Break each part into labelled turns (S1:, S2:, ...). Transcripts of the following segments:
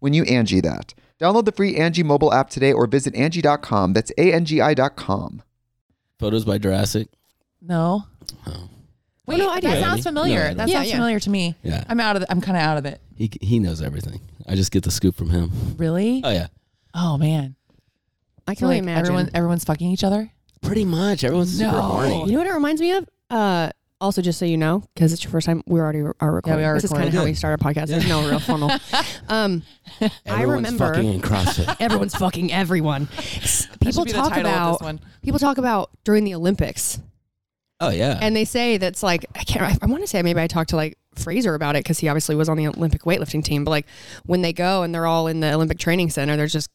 S1: when you Angie that. Download the free Angie mobile app today or visit Angie.com. That's A-N-G-I dot com.
S2: Photos by Jurassic.
S3: No. Wait,
S4: Oh, no, I do.
S2: Yeah, I
S3: that
S2: do.
S3: sounds
S2: No,
S3: familiar.
S2: I do.
S3: that
S4: Yeah,
S3: sounds
S4: yeah.
S3: familiar to me.
S2: Yeah,
S3: I'm out of. The, I'm kind of out of it.
S2: he he knows everything. I just get the scoop from him.
S3: Really?
S2: Oh yeah,
S3: oh man.
S4: I can
S3: So
S4: only
S3: like
S4: imagine.
S3: everyone, everyone's fucking each other.
S2: pretty much. Everyone's super
S3: No.
S2: horny.
S4: you know what it reminds me of? Uh, also, just so you know, because it's your first time, we already are recording.
S3: we are
S4: this is kind
S3: recording.
S4: of how we start a podcast. There's no real funnel. Um, I
S2: Everyone's
S4: remember-
S2: fucking in CrossFit.
S4: everyone's fucking everyone. S- People talk about
S3: one.
S4: people talk about during the Olympics,
S2: oh yeah,
S4: and they say that's like I can't. I, I want to say maybe I talked to like Fraser about it because he obviously was on the Olympic weightlifting team. But like when they go and they're all in the Olympic training center, there's just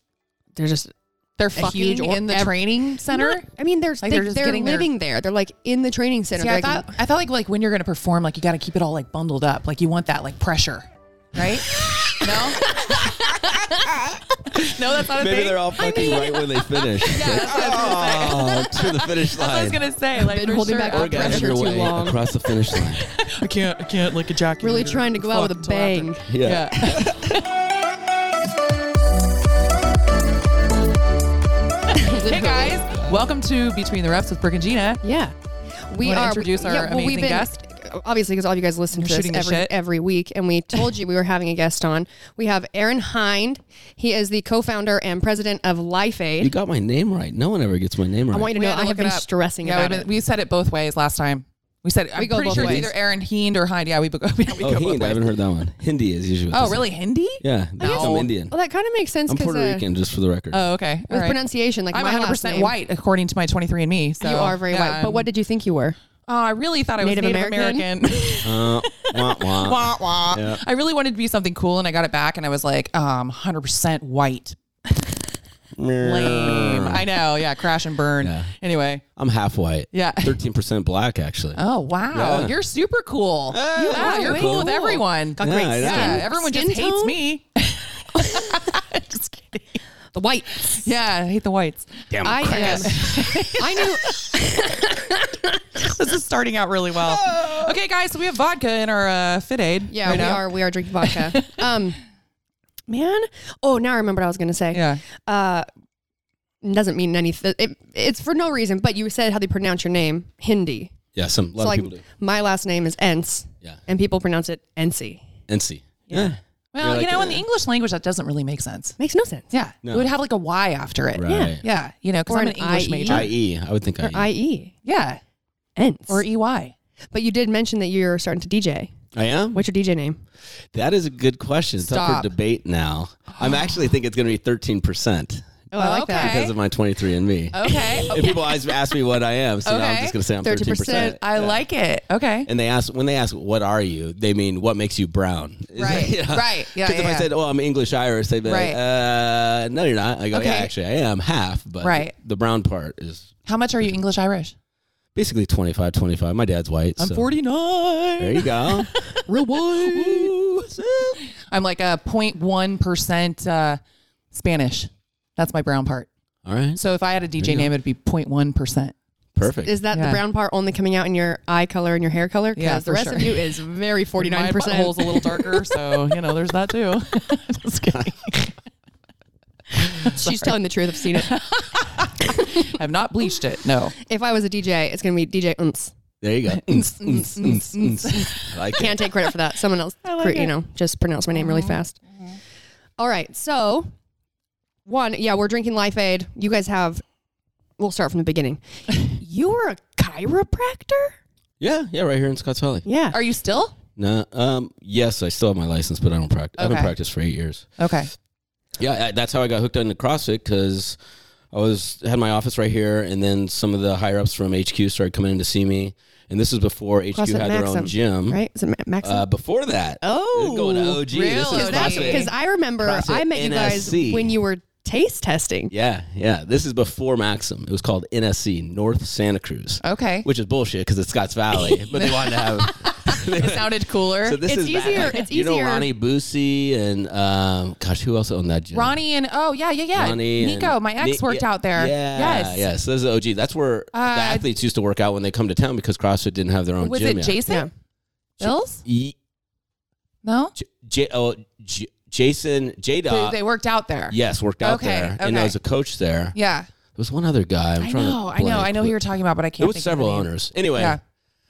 S4: they're just
S3: They're
S4: huge
S3: fucking
S4: or-
S3: in the
S4: ev-
S3: training center.
S4: Not- I mean, they're
S3: Like,
S4: they,
S3: they're
S4: are
S3: just
S4: they are
S3: getting their-
S4: living there. They're like in the training center.
S3: See, I
S4: They're, like,
S3: thought I thought like like when you're gonna perform, like you got to keep it all like bundled up. Like you want that like pressure, right? no. no, that's not a
S2: maybe
S3: thing.
S2: they're all fucking right when they finish. It's like, oh, to the finish line.
S3: I was gonna say like
S4: Been
S3: for
S4: holding
S3: sure.
S4: back
S3: I'll
S4: orgasm.
S3: pressure-
S4: pressure too long.
S2: across the finish line.
S3: I can't. I can't like ejaculate.
S4: really
S3: or
S4: trying to go out with
S3: fuck
S4: a
S3: till after.
S4: bang.
S2: Yeah.
S3: Yeah. hey guys, welcome to Between the Reps with Brooke and Gina.
S4: Yeah. We
S3: wanna
S4: are
S3: introduce our amazing guest?
S4: Obviously, because all you guys listen
S3: We're
S4: to
S3: shooting
S4: this
S3: the
S4: every,
S3: shit.
S4: every week, and we told you we were having a guest on. We have Aaron Hind. He is the co-founder and president of Life
S2: You
S4: Aid.
S2: got my name right. No one ever gets my name right.
S4: I want you to
S3: We
S4: know
S3: had to
S4: I
S3: look
S4: have been
S3: it up.
S4: stressing
S3: Yeah,
S4: about
S3: we've
S4: it.
S3: been- we said it both ways last time. We said I'm
S4: go
S3: pretty
S4: both
S3: sure
S4: ways.
S3: it's either Aaron Hind or Hyde. Yeah, we, both- we, we
S2: oh,
S3: go both
S2: Hindi. I
S3: ways.
S2: haven't heard that one. Hindi is usually. what
S3: Oh,
S2: they say.
S3: really? Hindi?
S2: Yeah.
S3: No.
S2: I'm Indian.
S4: well, that kind of makes sense
S2: I'm
S4: because
S3: uh,
S2: Puerto Rican, just for the record.
S3: Oh, okay. All
S4: with
S3: right.
S4: pronunciation, like
S3: I'm
S4: my
S3: 100
S4: last
S3: percent
S4: name,
S3: white according to my 23andMe. So
S4: You are very
S3: yeah,
S4: white. But what did you think you were?
S3: Oh, I really thought I was
S4: Native
S3: Native,
S4: American?
S3: American.
S2: Uh, wah, wah.
S3: Wah, wah.
S2: Yeah.
S3: I really wanted to be something cool, and I got it back, and I was like, um, 100% white. Lame. I know. Yeah. Crash and burn.
S2: Yeah.
S3: Anyway.
S2: I'm half white.
S3: Yeah.
S2: 13% black, actually.
S3: Oh wow,
S2: Yeah.
S3: you're super cool. yeah,
S4: are
S3: you're
S4: way
S3: cool, with
S4: cool.
S3: everyone.
S4: Got
S2: Yeah,
S4: great
S2: I know.
S4: skin.
S3: yeah, everyone
S4: skin
S3: just hates
S4: tone?
S3: me. just kidding.
S4: The white.
S3: Yeah, I hate the whites.
S2: Damn
S4: I am.
S2: crackers.
S4: I knew.
S3: This is starting out really well. Okay, guys, so we have vodka in our uh, fit aid.
S4: Yeah,
S3: right
S4: we
S3: now.
S4: are. We are drinking vodka. um, man. Oh, now I remember what I was gonna say.
S3: Yeah,
S4: uh doesn't mean anything. It, it's for no reason, but you said how they pronounce your name, Hindi.
S2: Yeah, some a lot
S4: So
S2: of
S4: like
S2: people do.
S4: my last name is Ents,
S2: Yeah.
S4: and people pronounce it Ensi.
S2: NC. Yeah.
S3: well,
S2: You're
S3: you
S2: like,
S3: know, in the
S2: uh,
S3: English language, that doesn't really make sense.
S4: Makes no sense.
S3: Yeah,
S2: No.
S3: it would have like a Y after it.
S2: Right.
S3: Yeah, you know, because
S4: Or
S3: I'm
S4: an
S3: an E. English
S4: IE.
S3: major.
S4: Yeah.
S2: IE. I would think
S4: Or
S2: IE.
S4: I E
S3: Yeah,
S4: Ents.
S3: or E. EY.
S4: but you did mention that you're starting to DJ.
S2: I am?
S4: What's your DJ name?
S2: That is a good question. It's up
S3: Stop.
S2: for debate now. I'm actually think it's going to be 13%
S4: Oh,
S3: I like that. Okay.
S2: because of my 23andMe.
S3: Okay,
S2: If people always ask me what I am, so now I'm
S3: Okay.
S2: just going to say I'm 13%.
S4: 13%.
S3: I like it. Okay,
S2: And they ask when they ask what are you, they mean what makes you brown,
S3: Right. Right. Yeah,
S2: Because if
S3: yeah,
S2: I
S3: yeah.
S2: said, "Oh, I'm English Irish," they'd be
S3: Right.
S2: like, "Uh, no, you're not." I go, "Yeah,
S3: Okay.
S2: actually, I am half, but
S3: Right.
S2: the brown part is
S3: how much are you English Irish?
S2: basically 25, 25. My dad's white. so-
S3: 49.
S2: There you go.
S3: real white. I'm like a 0.1% uh, Spanish. That's my brown part.
S2: All right.
S3: So if I had a DJ name, it'd be 0.1 percent.
S2: Perfect.
S4: Is that the
S3: Yeah.
S4: brown part only coming out in your eye color and your hair color? Because
S3: Yeah,
S4: the
S3: for
S4: rest
S3: sure.
S4: of you is very 49%.
S3: My butthole's a little darker, so you know, there's that too. Just kidding.
S4: She's telling the truth. I've seen it.
S3: I've not bleached it. No.
S4: if I was a DJ, it's going to be DJ Unz.
S2: there you go.
S3: mm,
S2: Unz, unz, unz, unz. I like it.
S4: Can't take credit for that. Someone else,
S3: I like
S4: cre- you
S3: it.
S4: know, just pronounced my name really fast. All right. So, one, yeah, we're drinking Life Aid. You guys have, we'll start from the beginning. you were a chiropractor?
S2: Yeah, yeah, right here in Scotts Valley.
S4: Yeah.
S3: Are you still?
S2: No, um, yes, I still have my license, but I don't practice. I haven't
S3: Okay.
S2: practiced for eight years.
S3: Okay.
S2: Yeah, I, that's how I got hooked on the CrossFit because I was had my office right here, and then some of the higher ups from HQ started coming in to see me. And this is before HQ
S4: CrossFit
S2: had their
S4: Maxim,
S2: own gym.
S4: Mm-hmm. right? Is it Ma- Maxim?
S2: Uh, before that,
S4: Oh,
S2: going to OG. This
S3: really?
S2: is
S4: Because that's
S3: CrossFit.
S2: CrossFit.
S4: because I remember
S2: CrossFit
S4: I met you guys
S2: NSC.
S4: when you were taste testing.
S2: Yeah, yeah. This is before Maxim. It was called NSC, North Santa Cruz,
S3: Okay.
S2: which is bullshit because it's Scotts Valley, but they wanted to have. they
S3: It
S2: went-
S3: sounded cooler.
S2: so this
S4: It's
S2: is back-
S4: easier- it's
S2: You know
S4: easier.
S2: Ronnie Boosie and um, gosh, who else owned that gym?
S3: Ronnie and oh yeah yeah yeah
S2: Ronnie and-
S3: Nico, my ex
S2: Ni-
S3: worked
S2: yeah,
S3: out there.
S2: Yeah,
S3: yes. Uh,
S2: yes. This is OG. That's where the athletes used to work out when they come to town because CrossFit didn't have their own
S3: Was
S2: gym.
S3: it
S2: yet.
S3: Jason?
S4: Yeah.
S3: Bills?
S2: Ye-
S3: No.
S2: J- J- oh, J- Jason J
S3: They,
S2: Dot.
S3: they worked out there.
S2: Yes, worked out
S3: Okay,
S2: there, and there
S3: okay.
S2: was a coach there. There
S3: Yeah.
S2: was one other guy. I'm
S3: I
S2: trying
S3: know.
S2: to
S3: I know.
S2: blank,
S3: I know
S2: but-
S3: who you're talking about, but I can't.
S2: There was
S3: think of the
S2: several
S3: name.
S2: owners. Anyway,
S3: Yeah.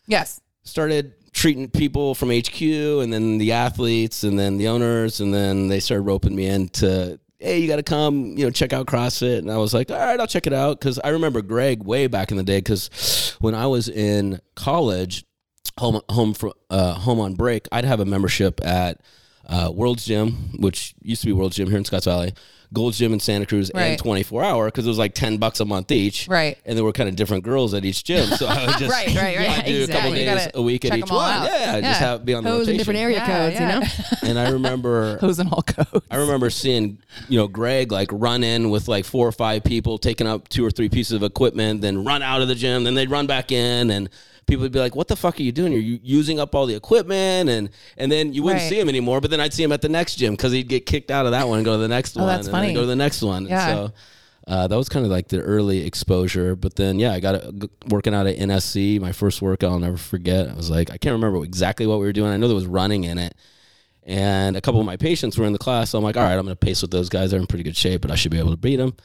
S3: Yes.
S2: started treating people from HQ and then the athletes and then the owners and then they started roping me into hey you got to come you know check out CrossFit and I was like all right I'll check it out cuz I remember Greg way back in the day cuz when I was in college home home from uh, home on break I'd have a membership at uh, World's Gym, which used to be World's Gym here in Scotts Valley, Gold's Gym in Santa Cruz,
S3: Right.
S2: and 24 Hour because it was like 10 bucks a month each.
S3: Right.
S2: And there were kind of different girls at each gym. So I would just
S3: Right, right, right.
S2: I do a
S3: Exactly. You
S2: couple days
S3: gotta
S2: a week at
S3: check
S2: each
S3: them all
S2: one.
S3: out.
S2: Yeah, just
S3: Yeah.
S2: have be on the
S4: Those in
S2: rotation.
S4: different area
S3: Yeah,
S4: codes,
S3: yeah.
S4: you know?
S2: And I remember,
S3: Hose and all codes.
S2: I remember seeing you know Greg like run in with like four or five people, taking up two or three pieces of equipment, then run out of the gym, then they'd run back in, and people would be like, "What the fuck are you doing? You're u- using up all the equipment," and and then you wouldn't
S3: Right.
S2: see him anymore. But then I'd see him at the next gym because he'd get kicked out of that one and go to the next one,
S3: Oh, that's
S2: and then
S3: funny.
S2: go to the next one. And
S3: Yeah.
S2: so. Uh, that was kind of like the early exposure, but then yeah, I got a, g- working out at NSC. My first workout, I'll never forget. I was like, I can't remember exactly what we were doing. I know there was running in it, and a couple of my patients were in the class. So I'm like, all right, I'm going to pace with those guys. They're in pretty good shape, but I should be able to beat them.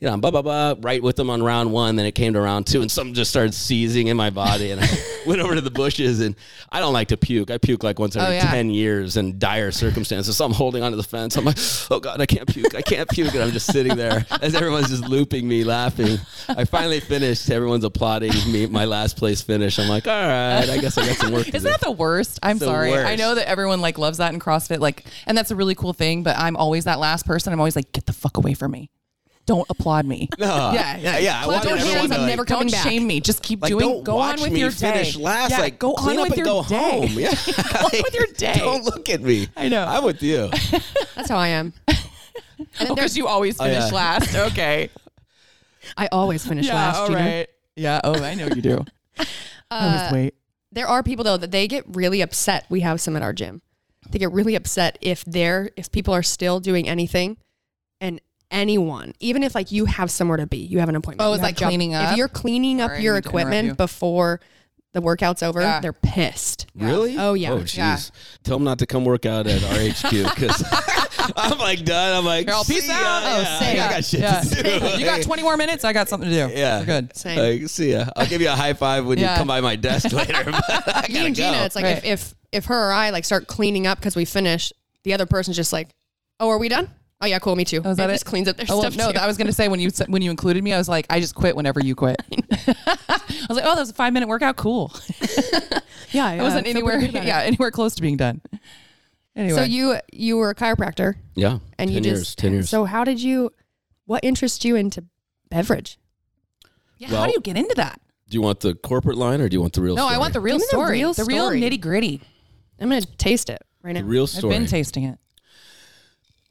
S2: You know, I'm blah, blah, blah, right with them on round one. Then it came to round two, and something just started seizing in my body. And I went over to the bushes, and I don't like to puke. I puke like once every
S3: Oh, yeah.
S2: 10 years in dire circumstances. So I'm holding onto the fence. I'm like, oh God, I can't puke. I can't puke. And I'm just sitting there as everyone's just looping me, laughing. I finally finished. Everyone's applauding me, my last place finish. I'm like, all right, I guess I got some work to do.
S3: Isn't that the worst? I'm
S2: the
S3: sorry. I
S2: worst.
S3: know that everyone like loves that in CrossFit, like, and that's a really cool thing. But I'm always that last person. I'm always like, get the fuck away from me. Don't applaud me.
S2: No.
S3: Yeah,
S2: Yeah, yeah. I
S3: Clap
S2: wanted
S3: your
S2: everyone
S3: hands.
S2: to,
S3: I'm
S2: like-
S3: never
S4: Don't
S3: coming back.
S4: shame
S3: Shame me. Just keep
S2: Like,
S3: doing.
S2: don't
S3: Go
S2: watch
S3: on with
S2: me
S3: your
S2: finish
S3: day.
S2: last.
S3: Yeah,
S2: like
S3: go on
S2: clean
S3: with
S2: up
S3: your
S2: and go
S3: day.
S2: home. Yeah,
S3: Go on with your day.
S2: Don't look at me.
S3: I know.
S2: I'm with you.
S4: That's how I am. And
S3: Because you always
S2: Oh, yeah.
S3: finish last. Okay.
S4: I always finish
S3: yeah.
S4: last,
S3: All
S4: you know?
S3: right. Yeah. Oh, I know you do. I was wait.
S4: There are people though that they get really upset. We have some at our gym. They get really upset if they're if people are still doing anything and anyone, even if like you have somewhere to be, you have an appointment.
S3: Oh,
S4: you
S3: it's
S4: have
S3: like
S4: a job-
S3: cleaning up?
S4: If you're cleaning up
S3: Sorry, I
S4: your
S3: need to interrupt you.
S4: equipment before the workout's over,
S3: Yeah.
S4: they're pissed.
S2: Really?
S4: Oh, yeah.
S2: Oh jeez.
S3: Yeah.
S2: Tell them not to come work out at RHQ because I'm like done. I'm like,
S3: Here, I'll peace
S2: "See ya."
S3: out.
S4: Oh,
S2: Yeah,
S4: say
S2: I
S4: ya.
S2: got shit
S3: Yeah.
S2: to do.
S3: You got 20 more minutes. I got something to do.
S2: Yeah.
S3: We're good.
S4: Same.
S2: Like, see ya. I'll give you a high five when
S3: Yeah.
S2: you come by my desk later. but I
S4: you
S2: gotta
S4: and Gina,
S2: go.
S4: it's like if,
S3: Right.
S4: if if her or I like start cleaning up because we finish, the other person's just like, "Oh, are we done? Oh yeah, cool, me too."
S3: Oh, is that
S4: They
S3: it?
S4: just cleans up their
S3: Oh, well,
S4: stuff.
S3: no,
S4: too.
S3: I was gonna say when you said- when you included me, I was like, I just quit whenever you quit. I, was like, oh, that was a five minute workout. Cool.
S4: yeah,
S3: I wasn't anywhere, yeah, anywhere close to being done. Anyway,
S4: So you you were a chiropractor.
S2: yeah, ten
S4: and you
S2: years,
S4: just
S2: ten years.
S4: So how did you? What interests you into beverage?
S3: yeah,
S2: well-
S3: how do you get into that?
S2: do you want the corporate line or do you want the real?
S3: No,
S2: story?
S3: I want the real
S4: Give me the
S3: story,
S4: real
S3: the real
S4: story.
S3: nitty gritty.
S4: I'm gonna taste it right now.
S2: The real
S3: I've
S2: story.
S3: been tasting it.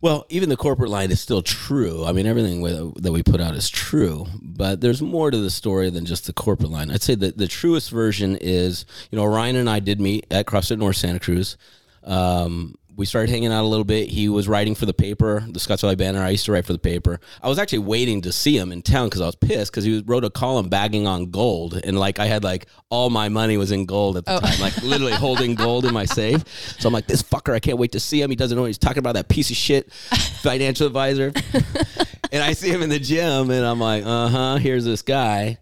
S2: Well, even the corporate line is still true. I mean, everything wi- that we put out is true, but there's more to the story than just the corporate line. I'd say that the truest version is, you know, Ryan and I did meet at CrossFit North Santa Cruz. Um, we started hanging out a little bit. He was writing for the paper, the Scotts Valley Banner. I used to write for the paper. I was actually waiting to see him in town because I was pissed because he was- wrote a column bagging on gold, and like I had like all my money was in gold at the time, like literally holding gold in my safe. So I'm like, this fucker, I can't wait to see him. He doesn't know what he's talking about. That piece of shit financial advisor. and I see him in the gym, and I'm like, uh huh, here's this guy,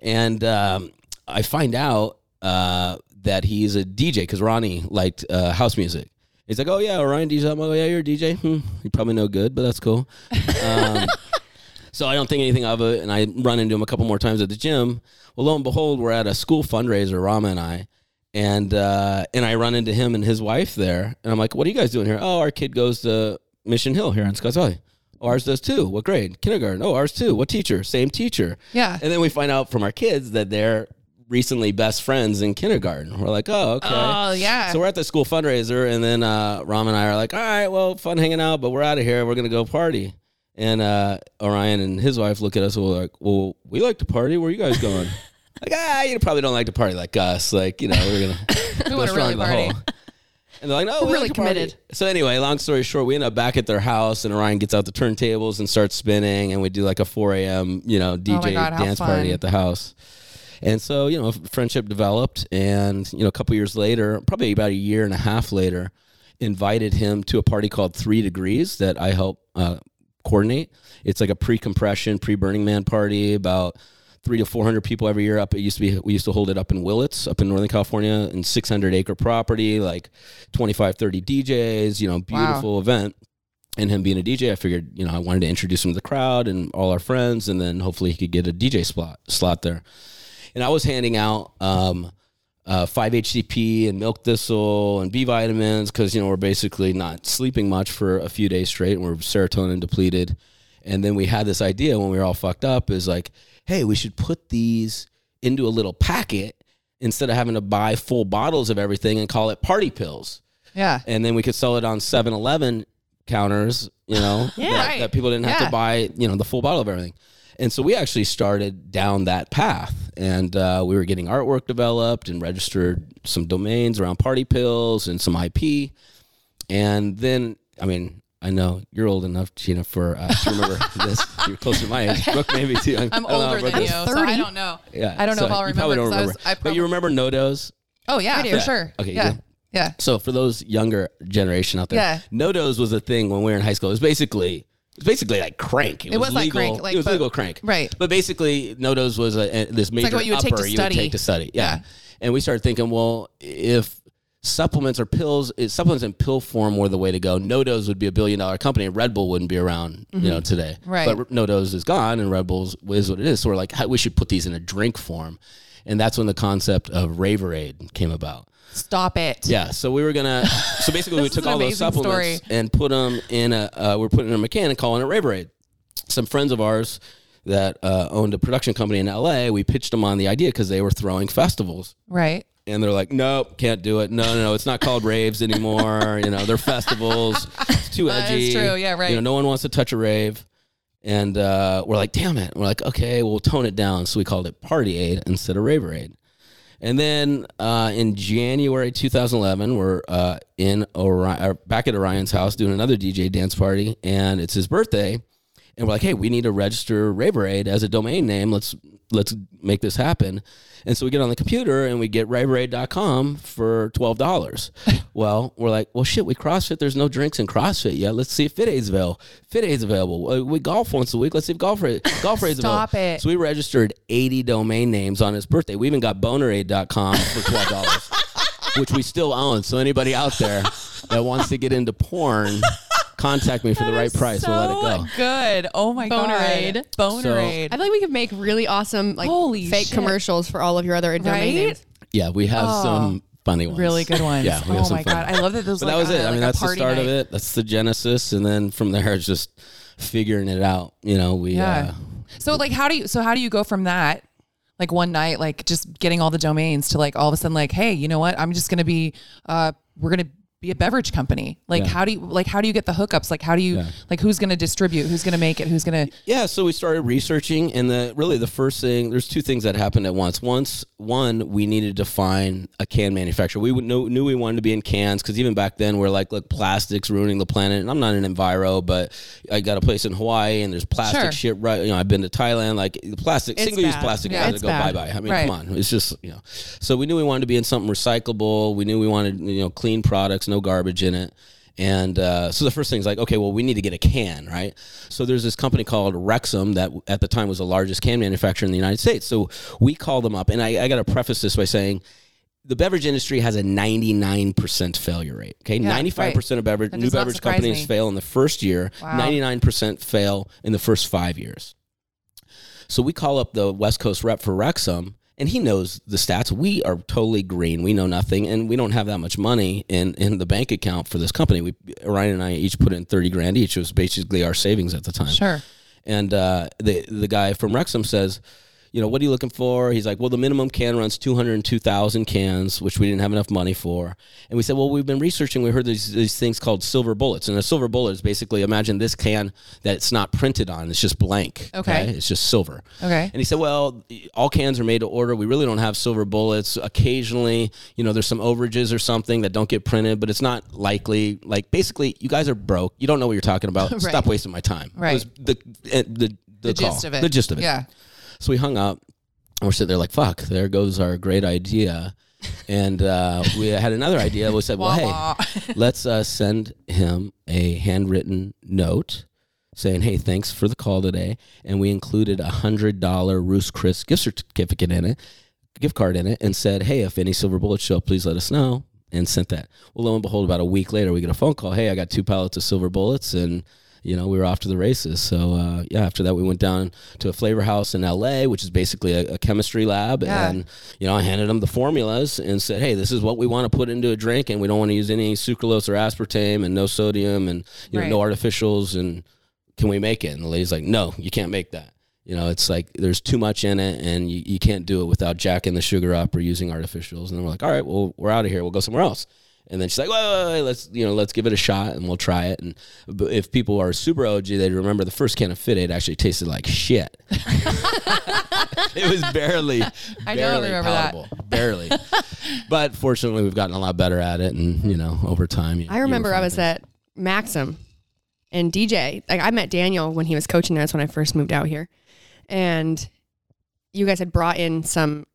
S2: and um, I find out uh, that he's a DJ because Ronnie liked uh, house music. He's like, oh yeah, Orion DJ. I'm like, oh yeah, you're a DJ. Hmm, you're probably no good, but that's cool. Um, so I don't think anything of it, and I run into him a couple more times at the gym. Well, lo and behold, we're at a school fundraiser, Rama and I, and uh, and I run into him and his wife there, and I'm like, "What are you guys doing here?" Oh, our kid goes to Mission Hill here in Scotts Valley. Oh, ours does too. What grade? Kindergarten. Oh, ours too. What teacher? Same teacher.
S3: Yeah.
S2: And then we find out from our kids that they're recently best friends in kindergarten. We're like, "Oh, okay."
S3: Oh, yeah.
S2: So we're at the school fundraiser, and then uh, Ram and I are like, all right, well, fun hanging out, but we're out of here. We're going to go party. And uh, Orion and his wife look at us and we're like, well, we like to party. Where are you guys going? like, ah, you probably don't like to party like us. Like, you know, we're going to go
S3: wanna
S2: strong
S3: really
S2: the
S3: party.
S2: whole. And they're like, no,
S4: We're
S2: we
S4: really
S2: like to party.
S4: committed.
S2: So anyway, long story short, we end up back at their house, and Orion gets out the turntables and starts spinning, and we do like a 4 a.m. you know DJ
S3: Oh God, how
S2: dance party
S3: fun.
S2: at the house. And so you know, friendship developed, and you know, a couple years later, probably about a year and a half later, invited him to a party called Three Degrees that I help uh, coordinate. It's like a pre-compression, pre-Burning Man party about. Three to four hundred people every year up. It used to be we used to hold it up in Willits, up in Northern California, in six hundred acre property, like 25, 30 DJs. You know, beautiful event and him being a DJ, I figured, you know, I wanted to introduce him to the crowd and all our friends, and then hopefully he could get a DJ slot slot there. And I was handing out um, uh, 5-HCP and milk thistle and B vitamins because you know we're basically not sleeping much for a few days straight, and we're serotonin depleted. And then we had this idea when we were all fucked up is like, hey, we should put these into a little packet instead of having to buy full bottles of everything and call it party pills
S3: Yeah.
S2: and then we could sell it on 7-Eleven counters, you know, that,
S3: right.
S2: that people didn't have
S3: Yeah.
S2: to buy, you know, the full bottle of everything. And so we actually started down that path, and uh, we were getting artwork developed and registered some domains around party pills and some IP. And then, I mean, I know you're old enough, Gina, for uh, to remember this. You're closer to my age. Brooke, maybe too. I
S3: I'm
S2: don't know how
S3: older
S2: Brooke
S3: than you,
S2: is.
S3: so
S4: 30.
S3: I don't know.
S2: Yeah,
S3: I don't know
S2: so
S3: if I'll
S2: you
S3: remember.
S2: probably don't
S3: 'cause
S2: remember.
S3: I was, I
S2: but you
S3: prob-
S2: remember Nodos?
S3: Oh yeah, for
S2: Yeah.
S3: sure.
S2: Okay,
S3: Yeah.
S2: yeah.
S3: Yeah.
S2: So for those younger generation out there,
S3: Yeah.
S2: Nodos was a thing when we were in high school. It was basically it's basically like crank. It,
S3: It
S2: was,
S3: was like
S2: legal.
S3: crank, like,
S2: it was
S3: but-
S2: legal crank.
S3: right.
S2: But basically, Nodos was a, a- this major
S3: what you would
S2: upper
S3: take to
S2: you would
S3: study.
S2: take to study. Yeah. And we started thinking, well, if supplements or pills, if supplements in pill form were the way to go, Nodos would be a billion dollar company. and Red Bull wouldn't be around, you know, today.
S3: Mm-hmm. Right.
S2: But Nodos is gone, and Red Bull's is what it is. So we're like, "How- we should put these in a drink form. And that's when the concept of Raverade came about.
S3: Stop it.
S2: Yeah, so we were gonna. So basically, we
S3: This is
S2: took
S3: an
S2: all those
S3: amazing
S2: supplements
S3: story.
S2: and put them in a. Uh, we're putting in a mechanic and calling it Raverade. Some friends of ours that uh, owned a production company in LA, we pitched them on the idea because they were throwing festivals,
S3: Right.
S2: and they're like, "Nope, can't do it. No, no, no. It's not called raves anymore. you know, they're festivals. It's too
S3: That
S2: edgy.
S3: is true. Yeah,
S2: You
S3: right.
S2: know, no one wants to touch a rave." And uh, we're like, "Damn it!" We're like, "Okay, we'll tone it down." So we called it Party Aid instead of Raverade. And then uh, in January 2011, we're uh, in Orion, or back at Orion's house doing another DJ dance party, and it's his birthday. And we're like, hey, we need to register Raverade as a domain name. Let's let's make this happen. And so we get on the computer and we get Raverade.com for twelve dollars. well, we're like, well, shit, we CrossFit. There's no drinks in CrossFit yet. Let's see if Fit Aid's available. Fit Aid's available. Uh, We golf once a week. Let's see if golf golf Aid's available.
S3: Stop it.
S2: So we registered 80 domain names on his birthday. We even got bonerade.com for $12, which we still own. So anybody out there that wants to get into porn, contact me for the right price. we'll let it go.
S3: So Good. Oh my
S4: Bonerade.
S3: god. Bonerade.
S4: I feel like we could make really awesome like
S3: Holy
S4: fake
S3: shit.
S4: commercials for all of your other domain
S3: Right?
S4: names.
S2: Yeah, we have some funny ones.
S3: really good ones.
S2: Yeah, we have
S3: oh
S2: some
S3: my
S2: fun
S3: god. I love that those
S2: But
S3: like,
S2: that was
S3: on
S2: it.
S3: a-
S2: I
S3: like
S2: mean,
S3: a
S2: that's the
S3: party
S2: start of
S3: night.
S2: it. That's the genesis, and then from there, it's just figuring it out. You know, we
S3: Yeah.
S2: uh,
S3: So like how do you so how do you go from that? Like one night, like just getting all the domains to like all of a sudden like, hey, you know what? I'm just gonna be uh we're gonna be a beverage company. Like
S2: Yeah.
S3: how do you like how do you get the hookups? Like how do you
S2: Yeah.
S3: like who's going to distribute? Who's going to make it? Who's going to
S2: Yeah, so we started researching, and the really the first thing there's two things that happened at once. Once one, we needed to find a can manufacturer. We would know, knew we wanted to be in cans because even back then we're like, look, plastics ruining the planet. And I'm not an enviro, but I got a place in Hawaii, and there's plastic
S3: Sure.
S2: shit. Right, you know, I've been to Thailand. Like plastic,
S4: It's
S2: single use
S4: bad.
S2: plastic,
S4: Yeah,
S2: yeah, to
S4: it's
S2: go bye
S4: bad.
S2: bye. I mean,
S3: Right.
S2: come on, it's just you know. So we knew we wanted to be in something recyclable. We knew we wanted you know clean products, no garbage in it. And uh, so the first thing is like, okay, well, we need to get a can, right? So there's this company called Rexham that at the time was the largest can manufacturer in the United States. So we called them up, and I, I got to preface this by saying the beverage industry has a 99% failure rate. Okay,
S3: Yeah,
S2: 95% of beverage
S3: That
S2: new
S3: does not
S2: beverage
S3: surprise
S2: companies
S3: me.
S2: fail in the first year.
S3: Wow.
S2: 99% fail in the first five years. So we call up the West Coast rep for Wrexham, and he knows the stats. We are totally green. We know nothing, and we don't have that much money in, in the bank account for this company. We Ryan and I each put in thirty grand each. It was basically our savings at the time.
S3: Sure.
S2: And uh, the the guy from Wrexham says, you know, what are you looking for? He's like, well, the minimum can runs two hundred and two thousand cans, which we didn't have enough money for. And we said, well, we've been researching. We heard these these things called silver bullets, and a silver bullet is basically imagine this can that it's not printed on. It's just blank.
S3: Okay.
S2: It's just silver.
S3: Okay.
S2: And he said, "Well, all cans are made to order. We really don't have silver bullets. Occasionally, you know, there's some overages or something that don't get printed, but it's not likely. Like basically, you guys are broke. You don't know what you're talking about. Stop wasting my time. It
S3: Right.
S2: was the eh, the the,
S3: the
S2: call.
S3: gist of it?
S2: The gist of it.
S3: Yeah.
S2: So we hung up and we're sitting there like, fuck, there goes our great idea. And uh, we had another idea. We said, well,
S3: Wah,
S2: hey, let's uh, send him a handwritten note saying, hey, thanks for the call today. And we included a $100 Roost Chris gift certificate in it, gift card in it, and said, hey, if any silver bullets show up, please let us know. And sent that. Well, lo and behold, about a week later, we get a phone call. Hey, I got two pallets of silver bullets, and you know, we were off to the races. So uh, yeah, after that, we went down to a flavor house in L.A., which is basically a, a chemistry lab,
S3: Yeah.
S2: and you know, I handed them the formulas and said, "Hey, this is what we want to put into a drink, and we don't want to use any sucralose or aspartame, and no sodium, and you know, no artificials, and can we make it?" And the lady's like, "No, you can't make that." You know, it's like there's too much in it, and you, you can't do it without jacking the sugar up or using artificials. And then we're like, "All right, well, we're out of here. We'll go somewhere else." And then she's like, "Wait, wait, wait, let's you know, let's give it a shot, and we'll try it." And b- if people are super OG, they remember the first can of Fit Aid actually tasted like shit. it was barely,
S3: I don't
S2: barely
S3: remember that.
S2: palatable, barely. but fortunately, we've gotten a lot better at it, and you know, over time. you-
S4: I
S2: you
S4: remember I
S2: refine
S4: was
S2: things.
S4: at Maxim and DJ. Like I met Daniel when he was coaching there. That's when I first moved out here. And you guys had brought in some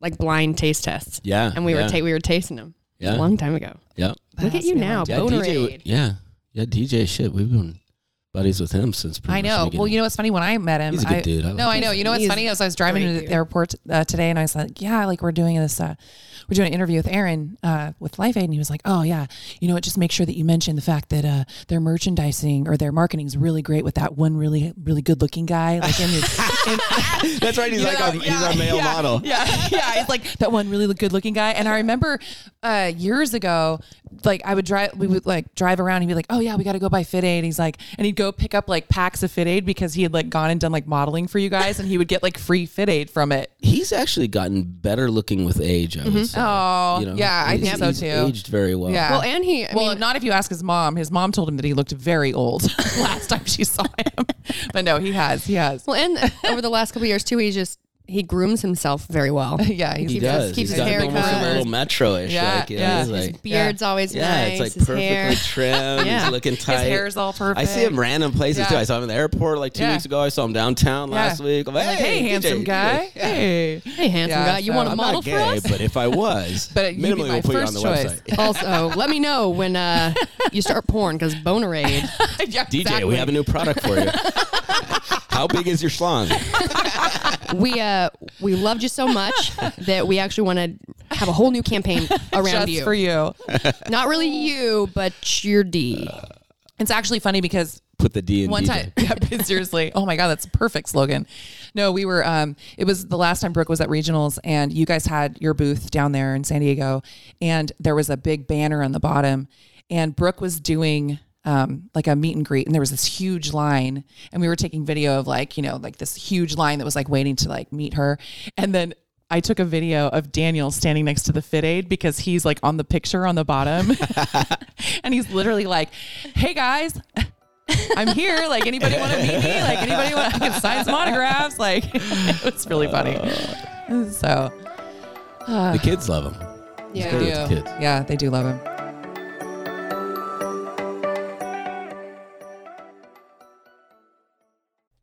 S4: like blind taste tests.
S2: yeah,
S4: And we
S2: yeah,
S4: were ta- we were tasting them
S2: yeah,
S4: a long time ago.
S2: yeah,
S4: Look at
S3: That's
S4: you
S3: the
S4: now,
S2: yeah, DJ,
S4: Bonerade.
S2: yeah, yeah, DJ. Shit, we've been buddies with him since. pretty
S3: I
S2: much the
S3: know. Well,
S2: beginning.
S3: you know what's funny when I met him.
S2: He's a good
S3: I,
S2: dude. I like
S3: no, I know. You know what's
S4: He's
S3: funny? As I was driving
S4: great
S3: to the
S4: dude.
S3: airport uh, today, and I was like, "Yeah, like we're doing this. Uh, we're doing an interview with Aaron uh, with Life Aid," and he was like, "Oh yeah, you know what? Just make sure that you mention the fact that uh, their merchandising or their marketing is really great with that one really, really good-looking guy, like in his." in-
S2: that's right. He's
S3: you
S2: like
S3: know,
S2: our, he's our male
S3: yeah,
S2: model.
S3: Yeah, yeah. He's like that one really good looking guy. And I remember uh, years ago, like I would drive, we would like drive around. He'd be like, "Oh yeah, we got to go buy Fit Aid." He's like, and he'd go pick up like packs of Fit Aid because he had like gone and done like modeling for you guys, and he would get like free Fit Aid from it.
S2: He's actually gotten better looking with age. I would say.
S3: Oh,
S2: You know,
S3: yeah, I
S2: he's-
S3: think so
S2: he's
S3: too.
S2: Aged very well.
S3: Yeah.
S4: Well, and he I
S3: well,
S4: mean,
S3: not if you ask his mom. His mom told him that he looked very old last time she saw him. but no, he has. He has.
S4: well, and over the last couple of years too, he just he grooms himself very well.
S3: yeah, he's
S2: He
S4: Keeps
S2: does.
S4: his- keeps
S2: He's
S4: his
S2: got
S4: hair
S2: almost
S4: cut.
S2: a little metro-ish.
S3: Yeah,
S2: like, you know,
S3: yeah.
S2: he's like-
S4: Beard's always
S2: yeah,
S4: nice.
S2: it's
S4: his
S2: like
S4: hair.
S2: perfectly trimmed.
S4: Yeah.
S2: He's looking tight.
S3: his hair's all perfect.
S2: I see him random places
S3: Yeah.
S2: too. I saw him in the airport like two
S3: Yeah.
S2: weeks ago. I saw him downtown last week. I'm like,
S3: Like, hey,
S2: DJ,
S3: handsome
S2: DJ."
S3: guy. Hey.
S4: Hey, handsome
S3: Yeah,
S4: guy, you
S3: so-
S4: want to
S2: I'm
S4: model
S2: not
S4: for
S2: gay,
S4: us?
S2: but if I was,
S3: But you'd be
S2: minimally
S3: my
S2: we'll put you on
S3: first
S2: the
S3: choice.
S2: website.
S4: also, let me know when uh, you start porn because Bonerade.
S3: Yeah,
S2: DJ,
S3: exactly.
S2: we have a new product for you. How big is your schlong?
S4: we uh we loved you so much that we actually want to have a whole new campaign around
S3: just
S4: you.
S3: for you.
S4: Not really you, but your D.
S2: Uh,
S3: It's actually funny because
S2: Put the D in
S3: one
S2: DJ.
S3: time, yeah, but seriously, oh my god, that's a perfect slogan. No, we were. Um, it was the last time Brooke was at regionals, and you guys had your booth down there in San Diego, and there was a big banner on the bottom, and Brooke was doing. Um, like a meet and greet, and there was this huge line, and we were taking video of like you know like this huge line that was like waiting to like meet her, and then I took a video of Daniel standing next to the fit aid because he's like on the picture on the bottom. and he's literally like, hey guys, I'm here. Like, anybody want to meet me? Like, anybody want I can sign some autographs? Like, it's really funny.
S2: Uh,
S3: So,
S2: The kids love him.
S4: Yeah.
S2: They do. Kids.
S3: yeah, they do love him.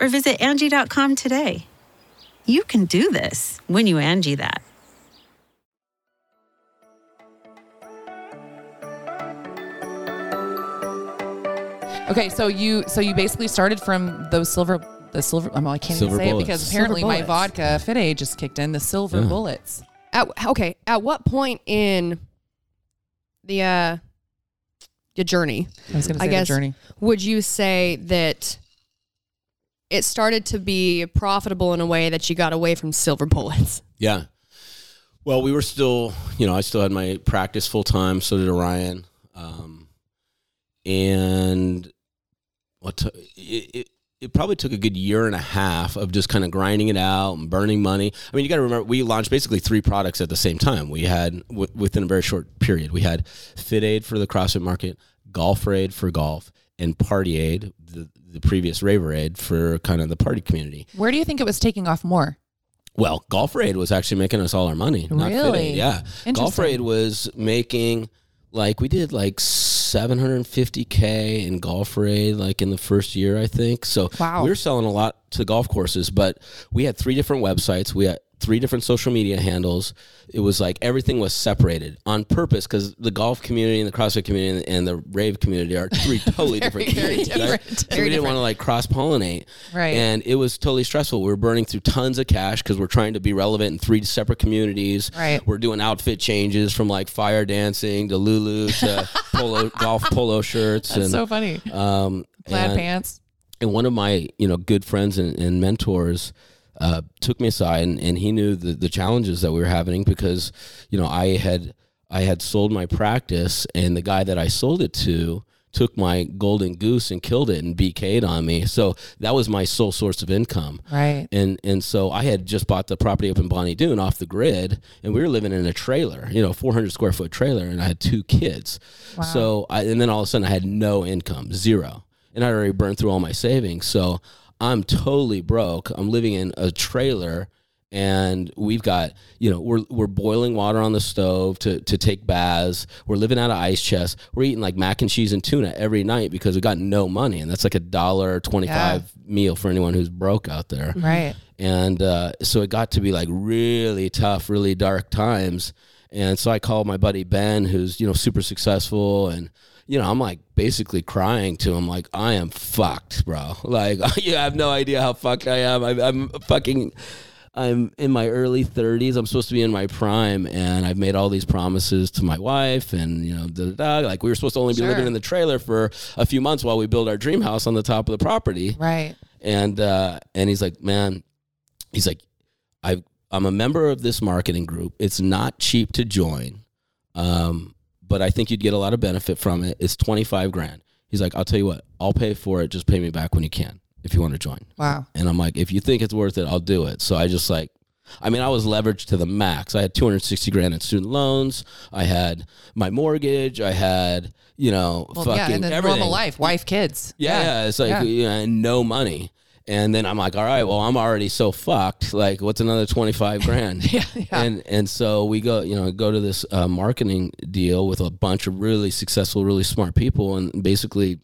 S5: or visit Angie.com today. You can do this when you Angie that.
S3: Okay, so you so you basically started from those silver the silver I'm I can't
S2: Silver
S3: even say
S2: bullets.
S3: it because
S4: Silver
S3: apparently my
S4: bullets.
S3: vodka fit aid just kicked in the silver
S2: Yeah.
S3: bullets.
S4: At, okay. At what point in the uh your journey
S3: I was going to
S4: I
S3: say the
S4: guess-
S3: journey.
S4: would you say that it started to be profitable in a way that you got away from silver bullets?
S2: Yeah. Well, we were still, you know, I still had my practice full time. So did Orion. Um, and what t- it, it, it probably took a good year and a half of just kind of grinding it out and burning money. I mean, you got to remember, we launched basically three products at the same time. We had w- within a very short period, we had Fit Aid for the CrossFit market, Golf Aid for golf, and Party Aid, the, the previous Raver Aid for kind of the party community.
S3: Where do you think it was taking off more?
S2: Well, Golf Raid was actually making us all our money. Not Fit
S3: Really?
S2: Aid. Yeah. Golf
S3: Interesting.
S2: Raid was making like we did like 750k in Golf Raid like in the first year, I think. So
S3: Wow.
S2: we were selling a lot to golf courses, but we had three different websites. We had three different social media handles. It was like everything was separated on purpose because the golf community and the CrossFit community and the rave community are three totally different communities. right?
S3: different.
S2: So we didn't want to like cross pollinate.
S3: Right.
S2: And it was totally stressful. We were burning through tons of cash because we're trying to be relevant in three separate communities.
S3: Right.
S2: We're doing outfit changes from like fire dancing to Lulu to polo golf polo shirts and
S3: so funny.
S2: um
S3: Plaid
S2: and,
S3: pants.
S2: and one of my you know good friends and, and mentors uh, took me aside and, and he knew the, the challenges that we were having because you know I had I had sold my practice and the guy that I sold it to took my golden goose and killed it and BK'd on me so that was my sole source of income
S3: Right.
S2: and and so I had just bought the property up in Bonnie Doon off the grid, and we were living in a trailer, you know, 400 square foot trailer, and I had two kids. So I, and then all of a sudden I had no income, zero, and I already burned through all my savings. So I'm totally broke. I'm living in a trailer. And we've got, you know, we're, we're boiling water on the stove to, to take baths. We're living out of ice chests. We're eating like mac and cheese and tuna every night because we got no money. And that's like a dollar 25 meal for anyone who's broke out there
S3: Right.
S2: and uh, so it got to be like really tough, really dark times. And so I called my buddy Ben, who's, you know, super successful. And, you know, I'm like basically crying to him, like, I am fucked, bro. Like, you have no idea how fucked I am. I, I'm fucking, I'm in my early 30s. I'm supposed to be in my prime. And I've made all these promises to my wife. And, you know, da, da, da. like, we were supposed to only be living in the trailer for a few months while we build our dream house on the top of the property
S3: Right.
S2: and uh, and he's like, man, he's like, I I'm a member of this marketing group. It's not cheap to join, um, but I think you'd get a lot of benefit from it. It's twenty five grand. He's like, I'll tell you what, I'll pay for it. Just pay me back when you can if you want to join.
S3: Wow.
S2: And I'm like, if you think it's worth it, I'll do it. So I just like, I mean, I was leveraged to the max. I had 260 grand in student loans. I had my mortgage. I had, you know,
S3: Well,
S2: fucking
S3: yeah, and then
S2: everything.
S3: normal life, wife, kids.
S2: Yeah, yeah, it's like
S3: yeah.
S2: you know, and no money. And then I'm like, all right, well, I'm already so fucked. Like, what's another twenty five grand? yeah, And and so we go, you know, go to this uh, marketing deal with a bunch of really successful, really smart people, and basically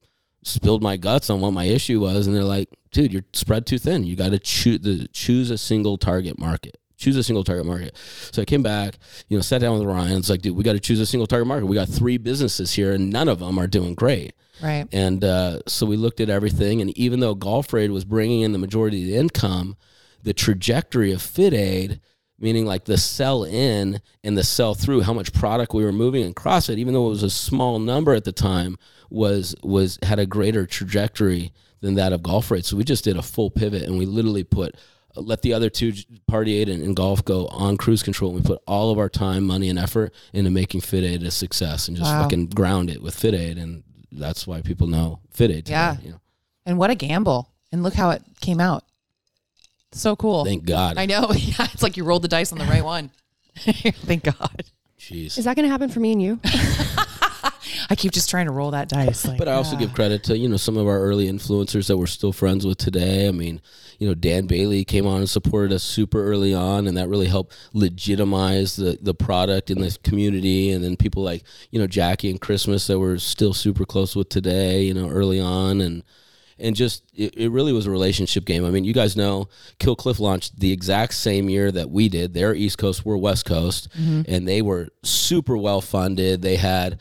S2: spilled my guts on what my issue was. And they're like, dude, you're spread too thin. You got to choose the choose a single target market. Choose a single target market. So I came back, you know, sat down with Ryan. It's like, dude, we got to choose a single target market. We got three businesses here, and none of them are doing great.
S3: Right.
S2: And uh, so we looked at everything. And even though Golf Aid was bringing in the majority of the income, the trajectory of Fit Aid, meaning like the sell in and the sell through, how much product we were moving in CrossFit, even though it was a small number at the time, was was had a greater trajectory than that of Golf Aid. So we just did a full pivot, and we literally put. Let the other two party aid and, and golf go on cruise control. And we put all of our time, money, and effort into making Fit Aid a success and just
S3: Wow.
S2: fucking ground it with Fit Aid. And that's why people know Fit Aid. today,
S3: Yeah.
S2: you know.
S3: And what a gamble. And look how it came out. So cool.
S2: Thank God.
S3: I know. Yeah. It's like you rolled the dice on the right one. Thank God.
S2: Jeez.
S4: Is that going to happen for me and you?
S3: I keep just trying to roll that dice. Like,
S2: But I also give credit to you know some of our early influencers that we're still friends with today. I mean, you know Dan Bailey came on and supported us super early on, and that really helped legitimize the the product in the community. And then people like you know Jackie and Christmas that we're still super close with today. You know early on and. And just it, it really was a relationship game. I mean, you guys know Kill Cliff launched the exact same year that we did. They're East Coast, we're West Coast, and they were super well funded. They had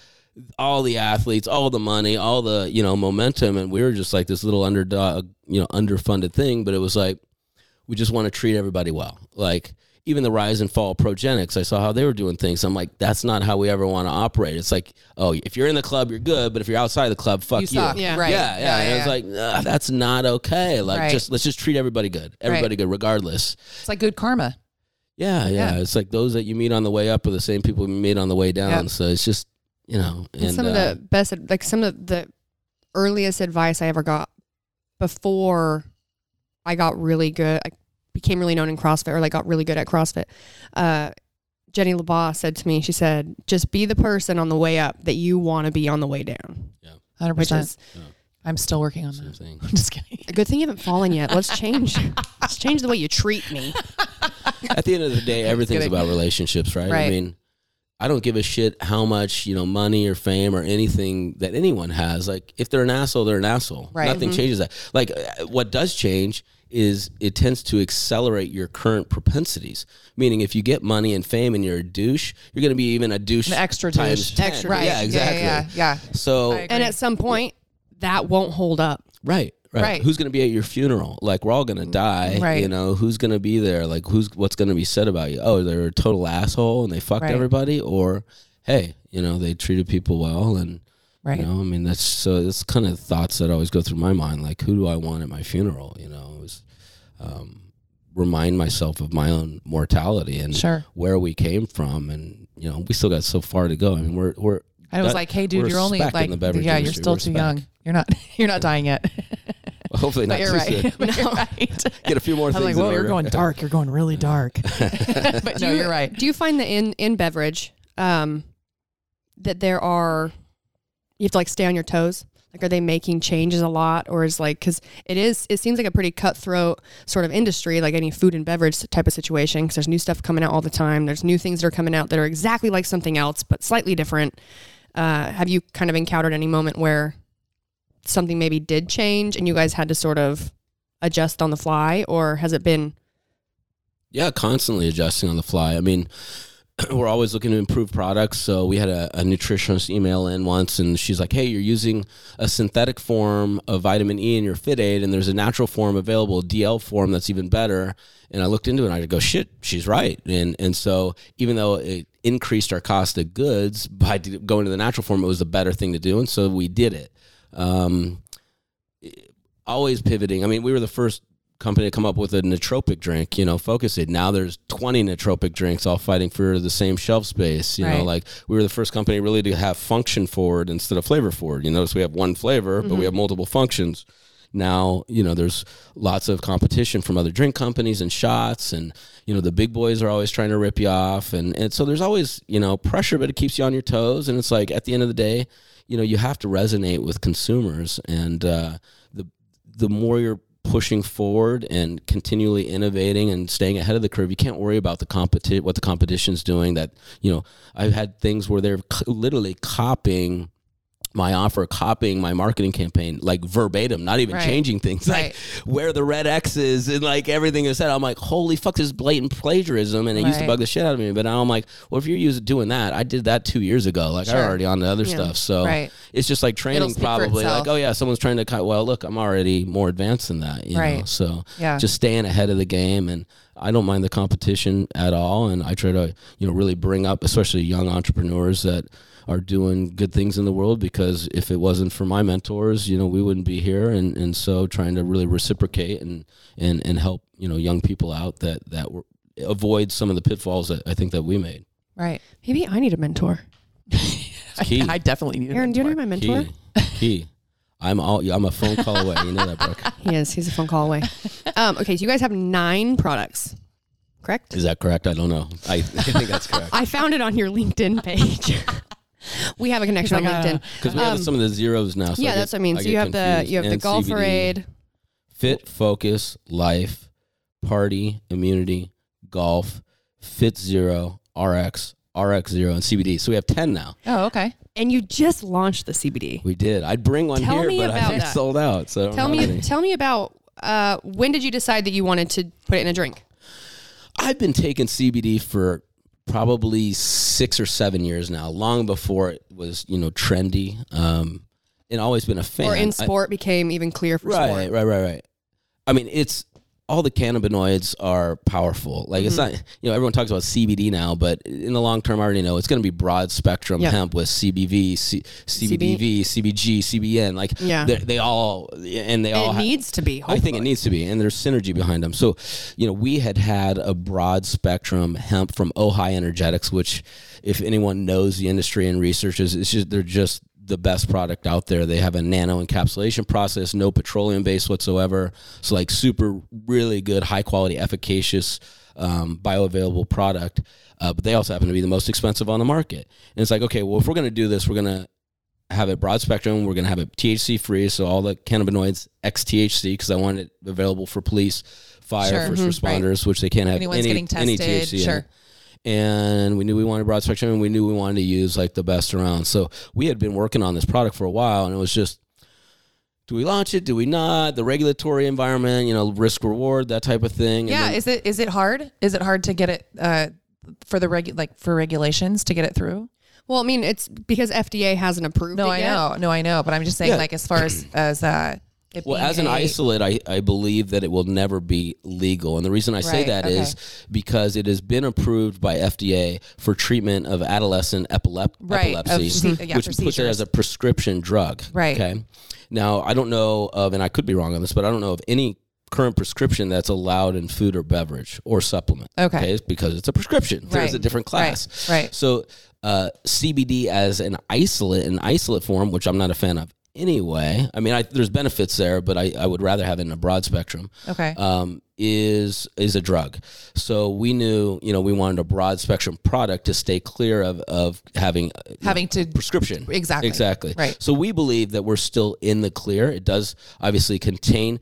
S2: all the athletes, all the money, all the you know momentum, and we were just like this little underdog, you know, underfunded thing. But it was like we just want to treat everybody well. Like even the rise and fall of progenics, I saw how they were doing things. I'm like, that's not how we ever want to operate. It's like, oh, if you're in the club, you're good, but if you're outside the club, fuck
S3: you
S2: you.
S3: suck.
S4: Yeah.
S3: Right.
S2: Yeah, yeah. and
S3: yeah,
S2: I was like, "Ugh, that's not okay. Like,
S3: Right.
S2: just let's just treat everybody good. Everybody good, regardless.
S3: it's like good karma.
S2: Yeah, yeah,
S3: Yeah.
S2: It's like those that you meet on the way up are the same people you meet on the way down.
S3: Yep.
S2: So it's just, you know, and,
S4: some of
S2: uh,
S4: the best, ad- like some of the earliest advice I ever got before I got really good, I became really known in CrossFit or like got really good at CrossFit. Uh, Jenny LaBaugh said to me, she said, just be the person on the way up that you want to be on the way down, which
S3: 100%.
S4: is
S3: I'm still working on
S2: same
S3: that.
S2: thing.
S3: I'm just kidding.
S4: a good thing you haven't fallen yet. Let's change. Let's change the way you treat me.
S2: at the end of the day, everything's
S3: kidding.
S2: about relationships, right? I
S3: Right.
S2: mean, I don't give a shit how much you know money or fame or anything that anyone has. Like, if they're an asshole, they're an asshole.
S3: Right. Mm-hmm.
S2: Nothing changes that. Like, uh, what does change is it tends to accelerate your current propensities. Meaning, if you get money and fame and you're a douche, you're going to be even a douche
S3: An extra
S2: times
S3: douche.
S2: 10.
S4: Extra
S3: Right.
S2: Yeah, exactly.
S3: Yeah. Yeah. yeah.
S2: So
S3: I
S4: And at some point, that won't hold up.
S2: Right, right.
S3: Right. Mm,
S2: Who's going to be at your funeral? Like we're all going to die.
S3: Right.
S2: You know, who's going to be there? Like who's what's going to be said about you? Oh, they're a total asshole and they fucked
S3: Right.
S2: everybody, or hey, you know, they treated people well and
S3: Right.
S2: you know, I mean, that's so that's kind of thoughts that always go through my mind. Like who do I want at my funeral? You know, it was um, remind myself of my own mortality and
S3: Sure.
S2: where we came from, and you know, we still got so far to go. I mean, we're we're.
S3: I was
S2: that-
S3: like, hey, dude,
S2: we're
S3: you're only
S2: spec in
S3: like,
S2: the beverage
S3: yeah, you're
S2: industry.
S3: still
S2: We're
S3: too
S2: spec.
S3: young. You're not, you're not dying yet.
S2: Hopefully not.
S3: but you're
S2: too
S3: right.
S2: soon.
S3: But you're right.
S2: Get a few more
S3: I'm
S2: things.
S3: like,
S2: in
S3: whoa, you're
S2: order.
S3: going dark. You're going really dark. but no, you're right.
S4: Do you find that in in beverage, um, that there are you have to like stay on your toes? Like, are they making changes a lot, or is like because it is it seems like a pretty cutthroat sort of industry, like any food and beverage type of situation. Because there's new stuff coming out all the time. There's new things that are coming out that are exactly like something else but slightly different. Uh, have you kind of encountered any moment where something maybe did change and you guys had to sort of adjust on the fly, or has it been
S2: Yeah, constantly adjusting on the fly. I mean, we're always looking to improve products. So we had a, a nutritionist email in once, and she's like, "Hey, you're using a synthetic form of vitamin E in your Fit Aid, and there's a natural form available, a DL form that's even better." And I looked into it, and I go, "Shit, she's right." And and so even though it increased our cost of goods by d- going to the natural form, it was the better thing to do, and so we did it. Um, always pivoting. I mean, we were the first company to come up with a nootropic drink, you know, focus it. Now there's 20 nootropic drinks all fighting for the same shelf space, you know,
S3: Right.
S2: like we were the first company really to have function forward instead of flavor forward. You notice we have one flavor, but we have multiple functions. Now, you know, there's lots of competition from other drink companies and shots and you know, the big boys are always trying to rip you off and and so there's always, you know, pressure but it keeps you on your toes and it's like at the end of the day, you know, you have to resonate with consumers and uh the the more you're pushing forward and continually innovating and staying ahead of the curve, you can't worry about the competi- what the competition's doing. That you know, I've had things where they're c- literally copying my offer, copying my marketing campaign, like verbatim, not even
S3: Right.
S2: changing things, like
S3: Right.
S2: where the red X is and like everything is said. I'm like, holy fuck, this is blatant plagiarism, and it used to
S3: Right.
S2: bug the shit out of me. But now I'm like, well, if you're using doing that, I did that two years ago. Like I'm
S3: Sure.
S2: already on the other
S4: Yeah.
S2: stuff, so
S3: Right.
S2: it's just like training,
S3: speak for
S2: probably. Like,
S3: itself.
S2: oh yeah, someone's trying to cut. Well, look, I'm already more advanced than that. You Know?
S3: Right.
S2: So
S3: Yeah.
S2: just staying ahead of the game, and I don't mind the competition at all. And I try to you know really bring up, especially young entrepreneurs that are doing good things in the world because if it wasn't for my mentors you know we wouldn't be here and and so trying to really reciprocate and and and help you know young people out that that were, avoid some of the pitfalls that I think that we made
S3: Right.
S4: Maybe I need a mentor.
S2: It's key.
S3: I, I definitely need
S4: Aaron,
S3: it.
S4: do you know my mentor?
S2: key key I'm all I'm a phone call away you know that Brooke
S4: He is. He's a phone call away. Um, okay, so you guys have nine products, correct?
S2: Is that correct? I don't know. I, I think that's correct.
S4: I found it on your LinkedIn page. we have a connection on
S3: like, uh,
S4: LinkedIn.
S2: Because we have
S4: Um,
S2: some of the zeros now. So
S4: yeah,
S2: I get-
S4: that's what I mean. so
S2: get
S4: you have the
S2: confused.
S4: you have the
S2: And
S4: golf
S2: CBD,
S4: parade.
S2: Fit, focus, life, party, immunity, golf, fit zero, RX, RX zero, and CBD. So we have ten now.
S3: Oh, okay.
S4: And you just launched the CBD.
S2: We did. I'd bring one
S4: Tell
S2: here,
S4: me
S2: but I
S4: about
S2: think it's
S4: that.
S2: sold out. So I don't
S4: Tell
S2: have
S4: me
S2: any.
S4: tell me about uh, when did you decide that you wanted to put it in a drink?
S2: I've been taking CBD for probably six or seven years now, long before it was you know trendy, um, and always been a fan.
S4: or in
S2: I-
S4: sport became even clear for
S2: right,
S4: sport.
S2: Right, right, right. I mean, it's all the cannabinoids are powerful. Like it's
S4: Mm-hmm.
S2: not, you know, everyone talks about CBD now, but in the long term, I already know it's going to be broad spectrum
S4: Yeah.
S2: hemp with CBV, C- CBDV, CBG, CBN. Like
S4: Yeah.
S2: they're- they all, and they
S4: And
S2: all
S4: it
S2: ha-
S4: needs to be. Hopefully.
S2: I think it needs to be, and there's synergy behind them. So, you know, we had had a broad spectrum hemp from Ojai Energetics, which, if anyone knows the industry and researches, it's just they're just the best product out there. They have a nano encapsulation process, no petroleum base whatsoever. So, like, super, really good, high quality, efficacious, um, bioavailable product. Uh, but they also happen to be the most expensive on the market. And it's like, okay, well, if we're going to do this, we're going to have it broad spectrum. We're going to have it THC free, so all the cannabinoids ex THC because I want it available for police, fire,
S3: Sure.
S2: first
S3: Mhm.
S2: responders, which they can't have
S3: Anyone's
S2: any,
S3: getting
S2: any
S3: tested,
S2: THC. in
S3: sure.
S2: it. And we knew we wanted broad spectrum, and we knew we wanted to use like the best around. So we had been working on this product for a while, and it was just do we launch it? Do we not? The regulatory environment, you know, risk reward, that type of thing. And
S3: Yeah.
S2: then-
S3: is it is it hard? Is it hard to get it uh, for the regu- like for regulations to get it through?
S4: Well, I mean, it's because FDA hasn't approved
S3: No,
S4: it
S3: I
S4: yet.
S3: know. No, I know. But I'm just saying,
S2: Yeah.
S3: like as far as as uh, it
S2: Well,
S3: being
S2: as an
S3: a-
S2: isolate, I, I believe that it will never be legal. And the reason I say
S3: Right,
S2: that is
S3: okay.
S2: because it has been approved by FDA for treatment of adolescent epilep-
S3: Right, of
S2: epilepsy,
S3: se- yeah,
S2: which
S3: for
S2: puts it as
S3: seizures.
S2: a prescription drug.
S3: Right.
S2: Okay. Now, I don't know of, and I could be wrong on this, but I don't know of any current prescription that's allowed in food or beverage or supplement.
S3: Okay.
S2: It's because it's a prescription. There's
S3: Right,
S2: a different
S3: right,
S2: class.
S3: right.
S2: So uh, CBD as an isolate, an isolate form, which I'm not a fan of anyway. I mean, I, there's benefits there, but I, I would rather have it in a broad spectrum.
S3: Okay.
S2: Um, is is a drug, so we knew you know we wanted a broad spectrum product to stay clear of of having uh, you know,
S3: Having to
S2: prescription
S3: Exactly.
S2: exactly
S3: Right.
S2: So we believe that we're still in the clear. It does obviously contain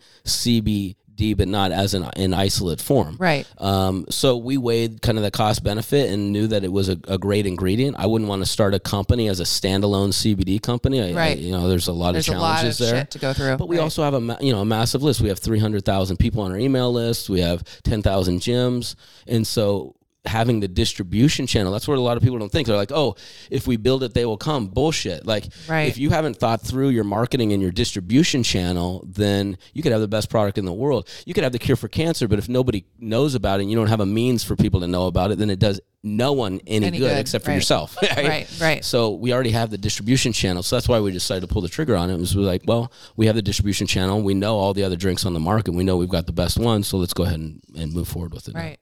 S2: CBD, but not as an in isolate form.
S3: Right.
S2: Um, so we weighed kind of the cost benefit and knew that it was a, a great ingredient. I wouldn't want to start a company as a standalone CBD company. I, I-
S3: Right.
S2: you know, there's a lot
S3: There's
S2: of
S3: a lot of
S2: challenges there.
S3: shit to go through.
S2: But we
S3: Right.
S2: also have a ma- you know a massive list. We have 300,000 people on our email list. We have 10,000 gyms, and so having the distribution channel. That's what a lot of people don't think. They're like, oh, if we build it, they will come. Bullshit. Like,
S3: Right.
S2: if you haven't thought through your marketing and your distribution channel, then you could have the best product in the world. You could have the cure for cancer, but if nobody knows about it and you don't have a means for people to know about it, then it does no one any,
S3: Any
S2: good,
S3: good,
S2: except for
S3: right.
S2: yourself.
S3: Right, right.
S2: So we already have the distribution channel. So that's why we decided to pull the trigger on it. It was like, well, we have the distribution channel. We know all the other drinks on the market. We know we've got the best one. So let's go ahead and, and move forward with it. now.
S3: Right.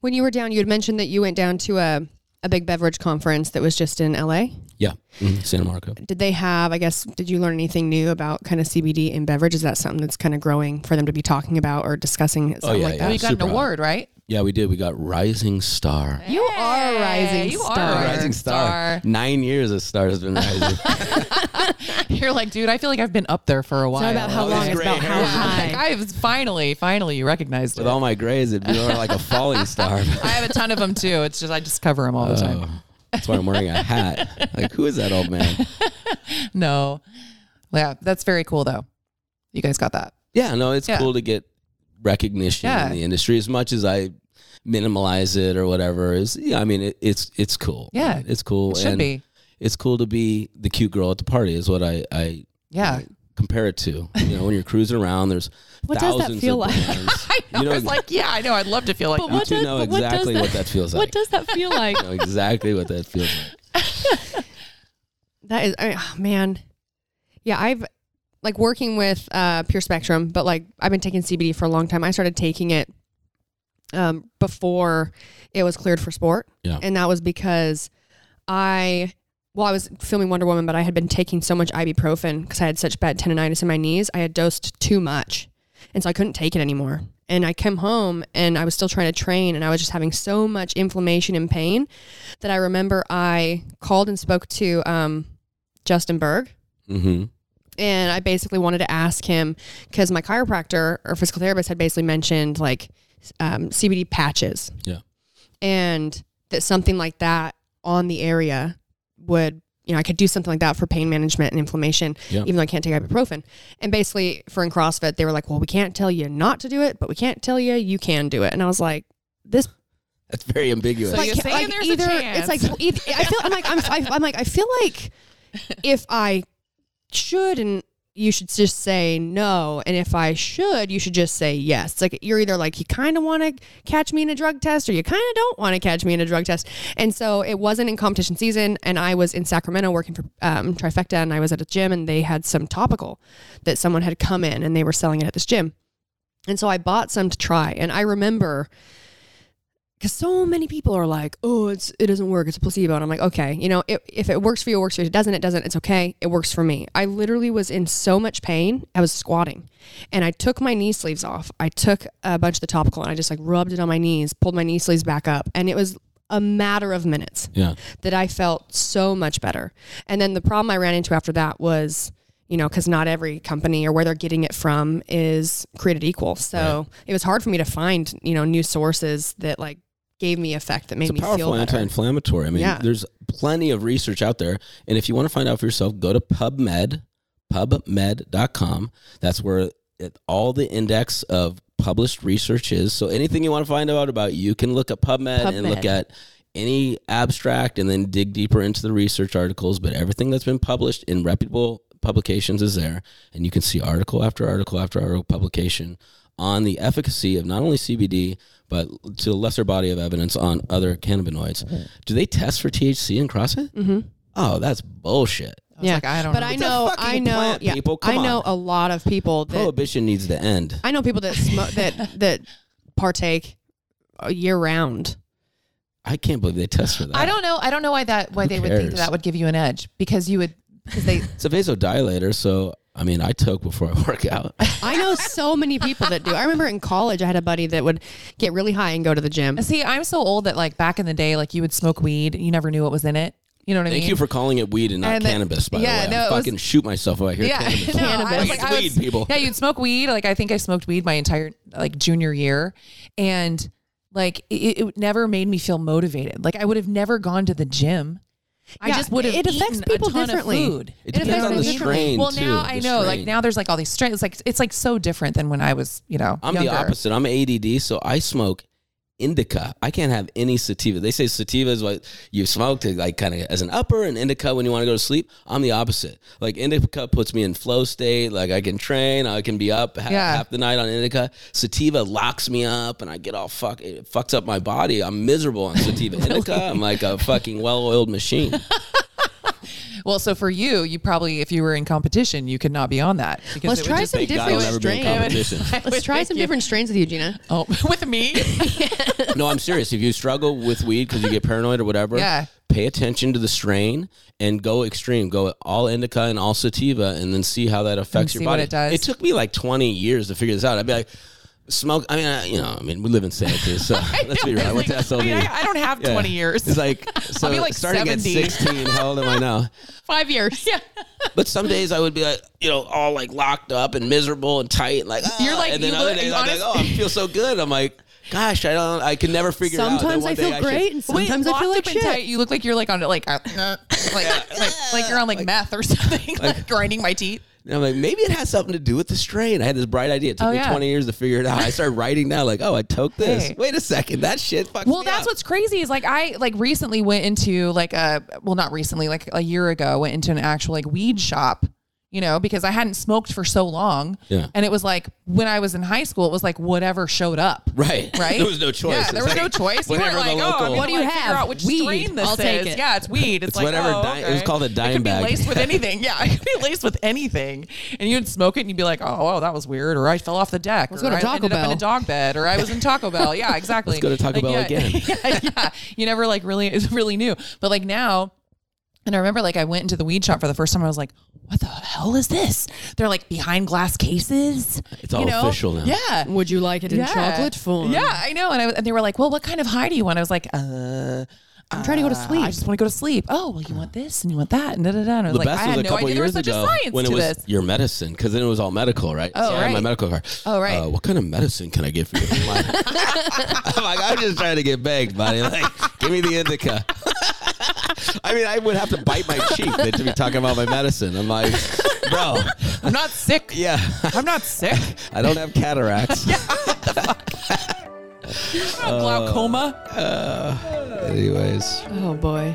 S4: When you were down, you had mentioned that you went down to a, a big beverage conference that was just in LA.
S2: Yeah. Mhm. Santa Monica.
S4: Did they have, I guess, did you learn anything new about kind of CBD in beverage? Is that something that's kind of growing for them to be talking about or discussing? Something
S2: yeah,
S4: like
S2: yeah.
S4: that?
S3: we got an
S2: super hot.
S3: award, right?
S2: Yeah, we did. We got Rising Star.
S4: You are a rising
S3: you
S4: star.
S3: Are a
S2: Rising Star. Nine years a star has been rising.
S3: You're like, dude, I feel like I've been up there for a while.
S4: It's not about how
S2: All these
S4: long, it's
S2: gray
S4: about how
S2: hairs.
S4: high.
S3: Like, I was finally, finally, you recognized
S2: With
S3: it.
S2: all my grades, it'd be more like a falling star.
S3: I have a ton of them too. It's just I just cover them all the time.
S2: Oh, that's why I'm wearing a hat. Like, who is that old man?
S3: No, yeah, that's very cool though. You guys got that.
S2: Yeah, no, it's
S3: Yeah.
S2: cool to get recognition
S3: Yeah.
S2: in the industry as much as I minimalize it or whatever. Is yeah, I mean, it, it's it's cool.
S3: Yeah.
S2: man. it's cool.
S3: It should
S2: and
S3: be.
S2: It's cool to be the cute girl at the party. Is what I I
S3: Yeah.
S2: compare it to. You know, when you're cruising around, there's
S4: What does that
S2: thousands
S4: feel
S2: of
S4: like?
S2: brands.
S3: I know.
S2: You know-
S3: it's like, yeah, I know. I'd love to feel like
S4: But
S3: that.
S2: You
S4: What
S2: two
S4: does-
S2: know
S4: but what does
S2: exactly
S4: that-
S2: what that feels like.
S4: What does that feel like?
S2: know exactly what that feels like.
S4: That is, I, oh, man. Yeah, I've like working with uh, Pure Spectrum, but like I've been taking CBD for a long time. I started taking it um, before it was cleared for sport.
S2: Yeah.
S4: And that was because I, well, I was filming Wonder Woman, but I had been taking so much ibuprofen because I had such bad tendonitis in my knees. I had dosed too much. And so I couldn't take it anymore. And I came home and I was still trying to train and I was just having so much inflammation and pain that I remember I called and spoke to um, Justin Berg.
S2: Mm-hmm.
S4: And I basically wanted to ask him because my chiropractor or physical therapist had basically mentioned like um, CBD patches.
S2: Yeah.
S4: And that something like that on the area would, you know, I could do something like that for pain management and inflammation,
S2: Yeah.
S4: even though I can't take ibuprofen. And basically, for in CrossFit, they were like, well, we can't tell you not to do it, but we can't tell you you can do it. And I was like, this
S2: That's very ambiguous.
S3: So you- you're saying there's a
S4: either
S3: chance.
S4: it's e-, like well, eith- I feel I'm like I'm, I, I'm like I feel like if I should and you should just say no, and if I should, you should just say yes. It's like you're either like you kind of want to catch me in a drug test, or you kind of don't want to catch me in a drug test. And so it wasn't in competition season, and I was in Sacramento working for um, Trifecta, and I was at a gym, and they had some topical that someone had come in, and they were selling it at this gym. And so I bought some to try. And I remember because so many people are like, "Oh, it's it doesn't work. It's a placebo." And I'm like, "Okay, you know, it, if it works for you, it works for you. If it doesn't, it doesn't. It's okay. It works for me." I literally was in so much pain. I was squatting, and I took my knee sleeves off. I took a bunch of the topical, and I just like rubbed it on my knees, pulled my knee sleeves back up, and it was a matter of minutes
S2: yeah.
S4: that I felt so much better. And then the problem I ran into after that was, you know, because not every company or where they're getting it from is created equal. So it was hard for me to find, you know, new sources that like gave me effect that made
S2: It's a
S4: me feel
S2: powerful
S4: better.
S2: anti-inflammatory. I mean,
S4: Yeah.
S2: there's plenty of research out there, and if you want to find out for yourself, go to PubMed, PubMed.com. That's where it, all the index of published research is. So anything you want to find out about, you can look at PubMed, and look
S4: PubMed.
S2: at any abstract, and then dig deeper into the research articles. But everything that's been published in reputable publications is there, and you can see article after article after article publication on the efficacy of not only CBD but to a lesser body of evidence on other cannabinoids. Do they test for THC in CrossFit?
S4: hmm
S2: Oh, that's bullshit.
S3: I was like, I don't
S4: but
S3: know.
S4: I
S2: It's a
S4: know,
S2: fucking
S4: I know,
S2: plant,
S4: yeah,
S2: people. Come
S4: I know
S2: on.
S4: a lot of people that
S2: Prohibition needs to end.
S4: I know people that smoke that that partake uh, year round.
S2: I can't believe they test for that.
S3: I don't know. I don't know why that why
S2: Who
S3: they would think that,
S2: cares?
S3: that would give you an edge because you would because they
S2: It's a vasodilator, so I mean, I took before I work out.
S4: I know so many people that do. I remember in college, I had a buddy that would get really high and go to the gym.
S3: see. I'm so old that like back in the day, like you would smoke weed, and you never knew what was in it. You know what I mean?
S2: Thank you for calling it weed and not
S3: And the-
S2: cannabis. By
S3: yeah,
S2: the way,
S3: no,
S2: I
S3: it was-
S2: fucking shoot myself if I hear
S3: yeah,
S2: cannabis.
S3: no,
S4: Cannabis.
S3: I was
S4: It's
S3: like, I
S2: weed,
S3: was-
S2: people.
S3: Yeah, you'd smoke weed. Like I think I smoked weed my entire like junior year, and like it, it never made me feel motivated. Like I would have never gone to the gym. I
S4: Yeah,
S3: just would have.
S4: it affects
S3: eaten
S4: people
S3: a ton of
S4: differently.
S3: food.
S2: It
S4: It
S2: depends
S4: affects
S2: on the
S4: me differently.
S2: strain
S3: Well,
S2: too,
S3: now I
S2: the
S3: know. Like
S2: strain.
S3: now, there's like all these strains. Like it's like so different than when I was, you know,
S2: I'm
S3: younger.
S2: the opposite. I'm ADD, so I smoke indica. I can't have any sativa. They say sativa is what you smoke to like kind of as an upper and indica when you want to go to sleep. I'm the opposite. Like indica puts me in flow state. Like I can train. I can be up ha-
S3: Yeah.
S2: half the night on indica. Sativa locks me up and I get all fuck. It fucks up my body. I'm miserable on sativa. Indica. I'm like a fucking well-oiled machine.
S3: Well, so for you, you probably, if you were in competition, you could not be on that. because
S4: Let's
S3: it would
S4: try
S3: just-
S4: some
S2: Thank God
S4: different
S2: I'll never be in
S4: strains.
S2: competition.
S3: I would
S4: Let's try
S3: think
S4: some
S3: you-
S4: different strains with you, Gina.
S3: Oh, with me?
S2: No, I'm serious. If you struggle with weed because you get paranoid or whatever,
S3: Yeah.
S2: pay attention to the strain and go extreme. Go all indica and all sativa, and then see how that affects
S3: And
S2: your
S3: see what
S2: body.
S3: it does.
S2: took me like 20 years to figure this out. I'd be like, smoke. I mean, I, you know, I mean, we live in Santa Cruz, so let's be real. I went to SLD.
S3: I, mean, I, I don't have
S2: Yeah.
S3: 20 years.
S2: It's like so
S3: be like
S2: starting
S3: 70.
S2: at 16. How old am I now?
S4: Five years. Yeah.
S2: But some days I would be like, you know, all like locked up and miserable and tight, like ah.
S3: You're like-
S2: and then
S3: you
S2: other
S3: look-
S2: days
S3: you
S2: I'm like, oh, I
S3: honest-
S2: feel so good. I'm like, gosh, I don't, I can never figure it out. Then
S4: Sometimes
S2: one
S4: I
S2: day
S4: feel
S2: should-
S4: great and
S3: Wait,
S4: sometimes I
S3: locked
S4: feel
S3: up
S4: like
S3: and
S4: shit.
S3: tight, you look like you're like on like uh, uh, like, like like you're on like meth or something, like grinding my teeth.
S2: And I'm like, maybe it has something to do with the strain. I had this bright idea. It took
S3: Oh,
S2: me
S3: yeah.
S2: 20 years to figure it out. I started writing down, like, oh, I took this.
S3: Hey.
S2: Wait a second. That shit fucks
S3: Well,
S2: me
S3: that's
S2: up.
S3: what's crazy is like I like recently went into like a well not recently like a year ago went into an actual like weed shop, you know, because I hadn't smoked for so long.
S2: Yeah.
S3: And it was like when I was in high school, it was like whatever showed up.
S2: Right.
S3: Right.
S2: There was no choice.
S3: Yeah, there
S2: It's
S3: was no
S2: like,
S3: choice. You
S2: whatever
S3: weren't like,
S2: the
S3: oh,
S2: local-
S3: I'm
S4: What do you
S3: gonna, like, figure
S4: have?
S3: out which
S4: Weed.
S3: strain this
S4: I'll take
S3: is.
S4: it.
S3: Yeah, it's weed. It's, like
S2: whatever
S3: oh,
S2: di- it
S3: okay.
S2: was called a dime
S3: It could
S2: bag.
S3: be laced with anything. Yeah, it could be laced with anything. And you'd smoke it and you'd be like, oh, wow, that was weird, or I fell off the deck,
S4: Let's
S3: or
S4: go to
S3: I
S4: Taco
S3: ended up in
S4: Bell.
S3: a dog bed, or I was in Taco Bell. Yeah, exactly.
S2: go to Taco Bell
S3: yeah,
S2: again.
S3: yeah, yeah. You never like really it's really new, but like now. And I remember like I went into the weed shop for the first time. I was like, what the hell is this? They're like behind glass cases.
S2: It's all
S3: you know?
S2: official now.
S3: Yeah.
S4: Would you like it in chocolate form?
S3: Yeah, I know. And I, and they were like, "Well, what kind of high do you want?" I was like, "Uh,
S4: I'm trying to go to
S3: I
S4: sleep.
S3: just want to go to sleep." Oh, well, you want this and you want that and da da da. And I was
S2: The
S3: like,
S2: best
S3: I
S2: was
S3: had
S2: a
S3: no
S2: couple
S3: idea there was
S2: years
S3: such
S2: ago
S3: a science
S2: when it
S3: to
S2: was
S3: this.
S2: your medicine, because then it was all medical, right?
S3: Oh,
S2: so I had my
S3: right.
S2: medical card.
S3: Oh, right.
S2: Uh, what kind of medicine can I get for you? I'm like, I'm like, I'm just trying to get begged, buddy. Like, give me the indica. I mean, I would have to bite my cheek to be talking about my medicine. I'm like, bro,
S3: I'm not sick.
S2: yeah.
S3: I'm not sick.
S2: I don't have cataracts.
S3: I'm not
S2: Uh,
S3: glaucoma.
S2: Anyways,
S4: Oh boy.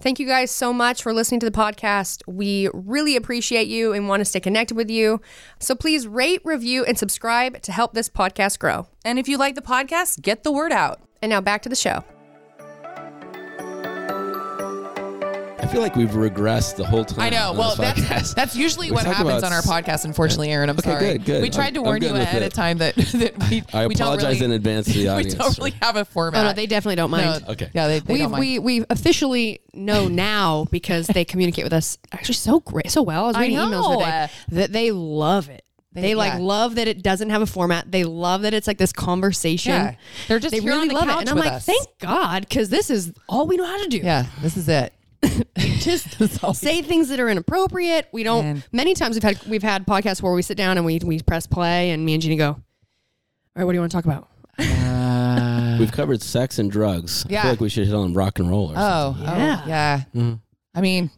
S4: Thank you guys so much for listening to the podcast. We really appreciate you and want to stay connected with you. So please rate, review, and subscribe to help this podcast grow.
S3: And if you like the podcast, get the word out.
S4: And now back to the show.
S2: I feel like we've regressed the whole time.
S3: I know.
S2: on
S3: Well,
S2: this
S3: that's,
S2: podcast.
S3: that's usually
S2: We
S3: what
S2: talk
S3: happens
S2: about
S3: on our
S2: s-
S3: podcast, unfortunately, Aaron. I'm
S2: Okay,
S3: sorry.
S2: good, good.
S3: We tried to
S2: I'm- I'm
S3: warn
S2: good
S3: you
S2: with
S3: ahead
S2: it.
S3: of time that, that we,
S2: I
S3: we don't
S2: apologize
S3: really,
S2: in advance to the audience.
S3: We don't really have a format.
S4: Oh no, they definitely don't mind.
S3: No, Okay. yeah, they- they
S4: we
S3: don't mind.
S4: we we officially know now because they communicate with us actually so great, so well. I was
S3: I
S4: reading emails the other
S3: know.
S4: day that they love it. They, like
S3: yeah.
S4: love that it doesn't have a format. They love that it's like this conversation.
S3: Yeah. They're just
S4: they
S3: here on
S4: really
S3: the
S4: love it,
S3: couch
S4: and I'm
S3: with
S4: like,
S3: us.
S4: thank God, because this is all we know how to do.
S3: yeah, this is it.
S4: just
S3: all we
S4: say things that are inappropriate. We don't.
S3: Man.
S4: Many times we've had we've had podcasts where we sit down and we we press play, and me and Jeannie go, "All right, what do you want to talk about?"
S2: We've covered sex and drugs. I
S3: Yeah.
S2: feel like we should hit on rock and roll or something.
S3: Oh, yeah.
S4: Yeah.
S3: Oh, yeah.
S2: Mm-hmm.
S3: I mean,